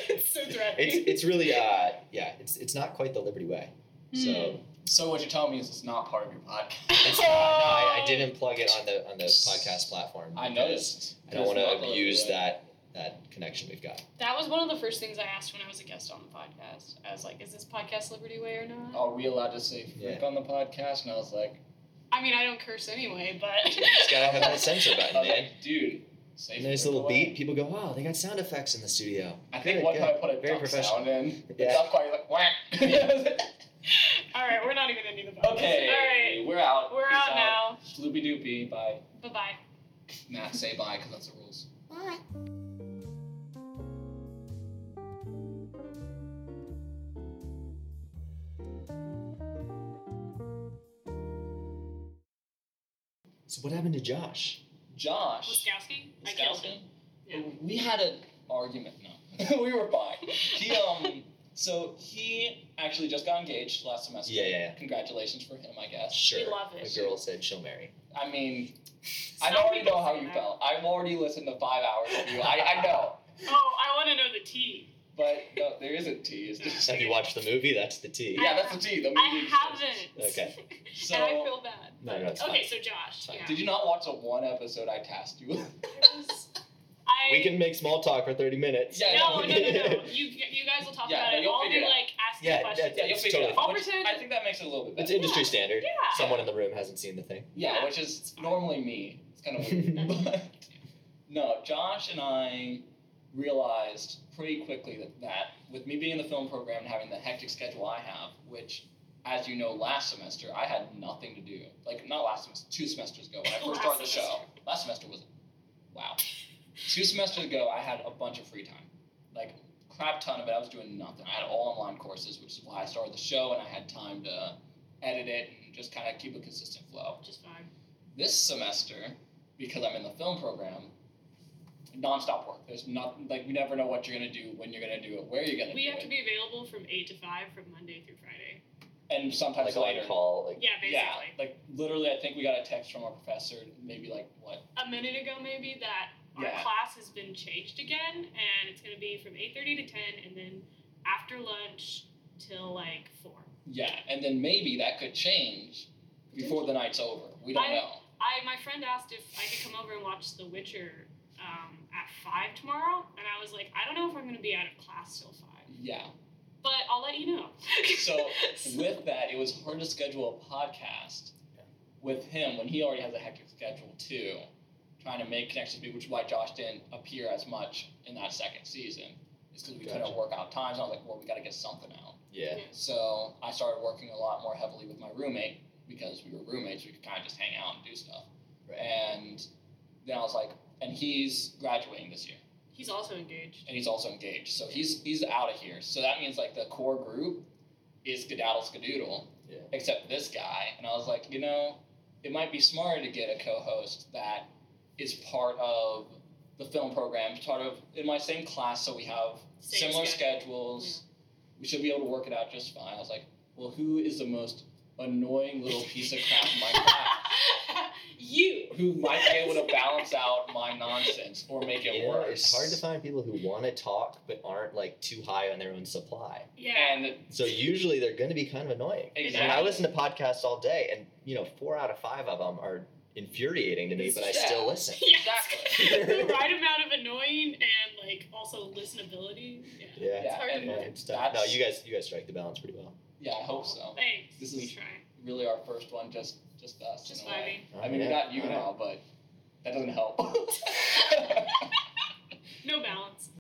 Speaker 2: it's so threatening.
Speaker 3: It's it's really uh yeah. It's it's not quite the Liberty Way.
Speaker 1: Hmm.
Speaker 3: So
Speaker 1: So what you're telling me is it's not part of your podcast.
Speaker 3: It's not. No, I, I didn't plug it on the on the podcast platform.
Speaker 1: I
Speaker 3: because
Speaker 1: noticed.
Speaker 3: I don't want
Speaker 1: There's
Speaker 3: to
Speaker 1: not
Speaker 3: abuse
Speaker 1: really-
Speaker 3: that that connection we've got.
Speaker 2: That was one of the first things I asked when I was a guest on the podcast. I was like, "Is this podcast Liberty Way or not?"
Speaker 3: Oh.
Speaker 1: Are we allowed to say freak
Speaker 3: Yeah.
Speaker 1: on the podcast? And I was like,
Speaker 2: I mean, I don't curse anyway, but
Speaker 3: It's gotta have that censor
Speaker 1: I
Speaker 3: button,
Speaker 1: was
Speaker 3: man.
Speaker 1: like, dude, say
Speaker 3: Nice
Speaker 1: freak
Speaker 3: little
Speaker 1: away.
Speaker 3: beat. People go, wow, they got sound effects in the studio.
Speaker 1: I think
Speaker 3: Good,
Speaker 1: one
Speaker 3: yeah.
Speaker 1: time I put a
Speaker 3: Very
Speaker 1: duck
Speaker 3: professional.
Speaker 1: sound in. The
Speaker 3: Yeah.
Speaker 1: duck choir was like whack.
Speaker 2: all right, we're not even into the podcast.
Speaker 1: okay,
Speaker 2: all
Speaker 1: we're out.
Speaker 2: right, we're
Speaker 1: Peace
Speaker 2: out, now.
Speaker 1: Sloopy doopy by
Speaker 2: Bye bye.
Speaker 1: Matt. Say bye because that's the rules.
Speaker 3: So what happened to Josh?
Speaker 1: Josh.
Speaker 2: Laskowski. I killed him. Yeah.
Speaker 1: We had an argument. No, we were fine. He um. So he actually just got engaged last semester.
Speaker 3: Yeah, yeah, yeah.
Speaker 1: Congratulations for him, I guess.
Speaker 3: Sure.
Speaker 2: We love it.
Speaker 3: The girl said she'll marry.
Speaker 1: I mean, I
Speaker 2: Some
Speaker 1: already
Speaker 2: people
Speaker 1: know how
Speaker 2: say
Speaker 1: you
Speaker 2: that.
Speaker 1: felt. I've already listened to five hours of you. I, I know,
Speaker 2: Oh, I want to know the tea.
Speaker 1: but no, there isn't tea. It's just
Speaker 3: Have you watched the movie? That's the T.
Speaker 1: yeah, that's the tea. The
Speaker 2: I
Speaker 1: movie
Speaker 2: haven't.
Speaker 3: Okay.
Speaker 1: So
Speaker 2: and I feel bad.
Speaker 3: No, no, it's fine.
Speaker 2: okay, so Josh.
Speaker 3: fine.
Speaker 2: Yeah.
Speaker 1: did you not watch the one episode I tasked you? with?
Speaker 2: It was- I
Speaker 3: We can make small talk for thirty minutes.
Speaker 1: Yeah,
Speaker 2: No, no, no, no. You you guys will talk
Speaker 1: Yeah,
Speaker 2: about
Speaker 1: no,
Speaker 2: it.
Speaker 1: you'll
Speaker 2: I'll
Speaker 1: figure
Speaker 2: be
Speaker 1: it out.
Speaker 2: like asking
Speaker 3: Yeah,
Speaker 2: questions.
Speaker 3: yeah,
Speaker 1: yeah, you'll
Speaker 3: It's
Speaker 1: figure it out.
Speaker 2: totally
Speaker 1: which
Speaker 2: fine.
Speaker 1: I think that makes it a little bit
Speaker 3: It's
Speaker 1: better.
Speaker 3: industry standard.
Speaker 2: Yeah.
Speaker 3: Someone in the room hasn't seen the thing.
Speaker 1: Yeah,
Speaker 2: Yeah.
Speaker 1: which is normally me. It's kind of weird. but no, Josh and I realized pretty quickly that, that with me being in the film program and having the hectic schedule I have, which, as you know, last semester I had nothing to do. Like, not last semester, two semesters ago when I first
Speaker 2: Last
Speaker 1: started the show.
Speaker 2: semester.
Speaker 1: Last semester was, wow. Two semesters ago, I had a bunch of free time. Like, crap ton of it. I was doing nothing. I had all online courses, which is why I started the show, and I had time to edit it and just kind of keep a consistent flow.
Speaker 2: Just fine.
Speaker 1: This semester, because I'm in the film program, nonstop work. There's not like we never know what you're gonna do, when you're gonna do it, where you're gonna
Speaker 2: We
Speaker 1: do
Speaker 2: have
Speaker 1: it,
Speaker 2: to be available from eight to five from Monday through Friday.
Speaker 1: and sometimes
Speaker 3: Like on
Speaker 1: later.
Speaker 3: call, like
Speaker 2: Yeah, basically.
Speaker 1: Yeah, like literally, I think we got a text from our professor, maybe like what
Speaker 2: a minute ago maybe that our
Speaker 1: Yeah.
Speaker 2: class has been changed again and it's going to be from 8.30 to 10 and then after lunch till like 4
Speaker 1: Yeah, and then maybe that could change before the night's over. We don't
Speaker 2: I-
Speaker 1: know.
Speaker 2: i my friend asked if i could come over and watch the witcher um, at 5 tomorrow and i was like i don't know if i'm going to be out of class till 5
Speaker 1: Yeah.
Speaker 2: but i'll let you know
Speaker 1: So,
Speaker 2: So-
Speaker 1: With that, it was hard to schedule a podcast
Speaker 3: Yeah.
Speaker 1: with him when he already has a hectic schedule too, trying to make connections, with people, which is why Josh didn't appear as much in that second season. It's because we
Speaker 3: Gotcha.
Speaker 1: couldn't work out times. I was like, well, we got to get something out.
Speaker 3: yeah.
Speaker 1: So I started working a lot more heavily with my roommate because we were roommates. We could kind of just hang out and do stuff.
Speaker 3: Right.
Speaker 1: And then I was like, and he's graduating this year.
Speaker 2: he's also engaged
Speaker 1: and he's also engaged. So he's he's out of here. So that means like the core group is skedaddle skedoodle,
Speaker 3: Yeah.
Speaker 1: except this guy. And I was like, you know, it might be smarter to get a co-host that is part of the film program, part of in my same class, so we have
Speaker 2: Same
Speaker 1: similar
Speaker 2: schedule.
Speaker 1: schedules. We should be able to work it out just fine. I was like, well, who is the most annoying little piece of crap in my class?
Speaker 2: you
Speaker 1: Who might be able to balance out my nonsense or make it
Speaker 3: You know,
Speaker 1: worse?
Speaker 3: it's hard to find people who want to talk but aren't like too high on their own supply.
Speaker 2: yeah
Speaker 1: And
Speaker 3: So usually they're going to be kind of annoying. I mean,
Speaker 1: exactly.
Speaker 3: I listen to podcasts all day, and you know, four out of five of them are infuriating to me, but I still listen.
Speaker 2: Yes.
Speaker 1: Exactly.
Speaker 2: the right amount of annoying and like also listenability yeah
Speaker 3: Yeah,
Speaker 1: Yeah,
Speaker 2: hard to
Speaker 1: and
Speaker 3: yeah,
Speaker 2: know.
Speaker 3: it's tough. No,
Speaker 1: that's-
Speaker 3: you guys, you guys strike the balance pretty well.
Speaker 1: Yeah, I hope so.
Speaker 2: Thanks.
Speaker 1: This
Speaker 2: we
Speaker 1: is-
Speaker 2: try.
Speaker 1: Really, our first one, just just us.
Speaker 2: Just
Speaker 1: in a way.
Speaker 2: vibing.
Speaker 1: I mean, we
Speaker 3: Yeah.
Speaker 1: got you
Speaker 3: All right.
Speaker 1: now, but that doesn't help.
Speaker 2: No balance.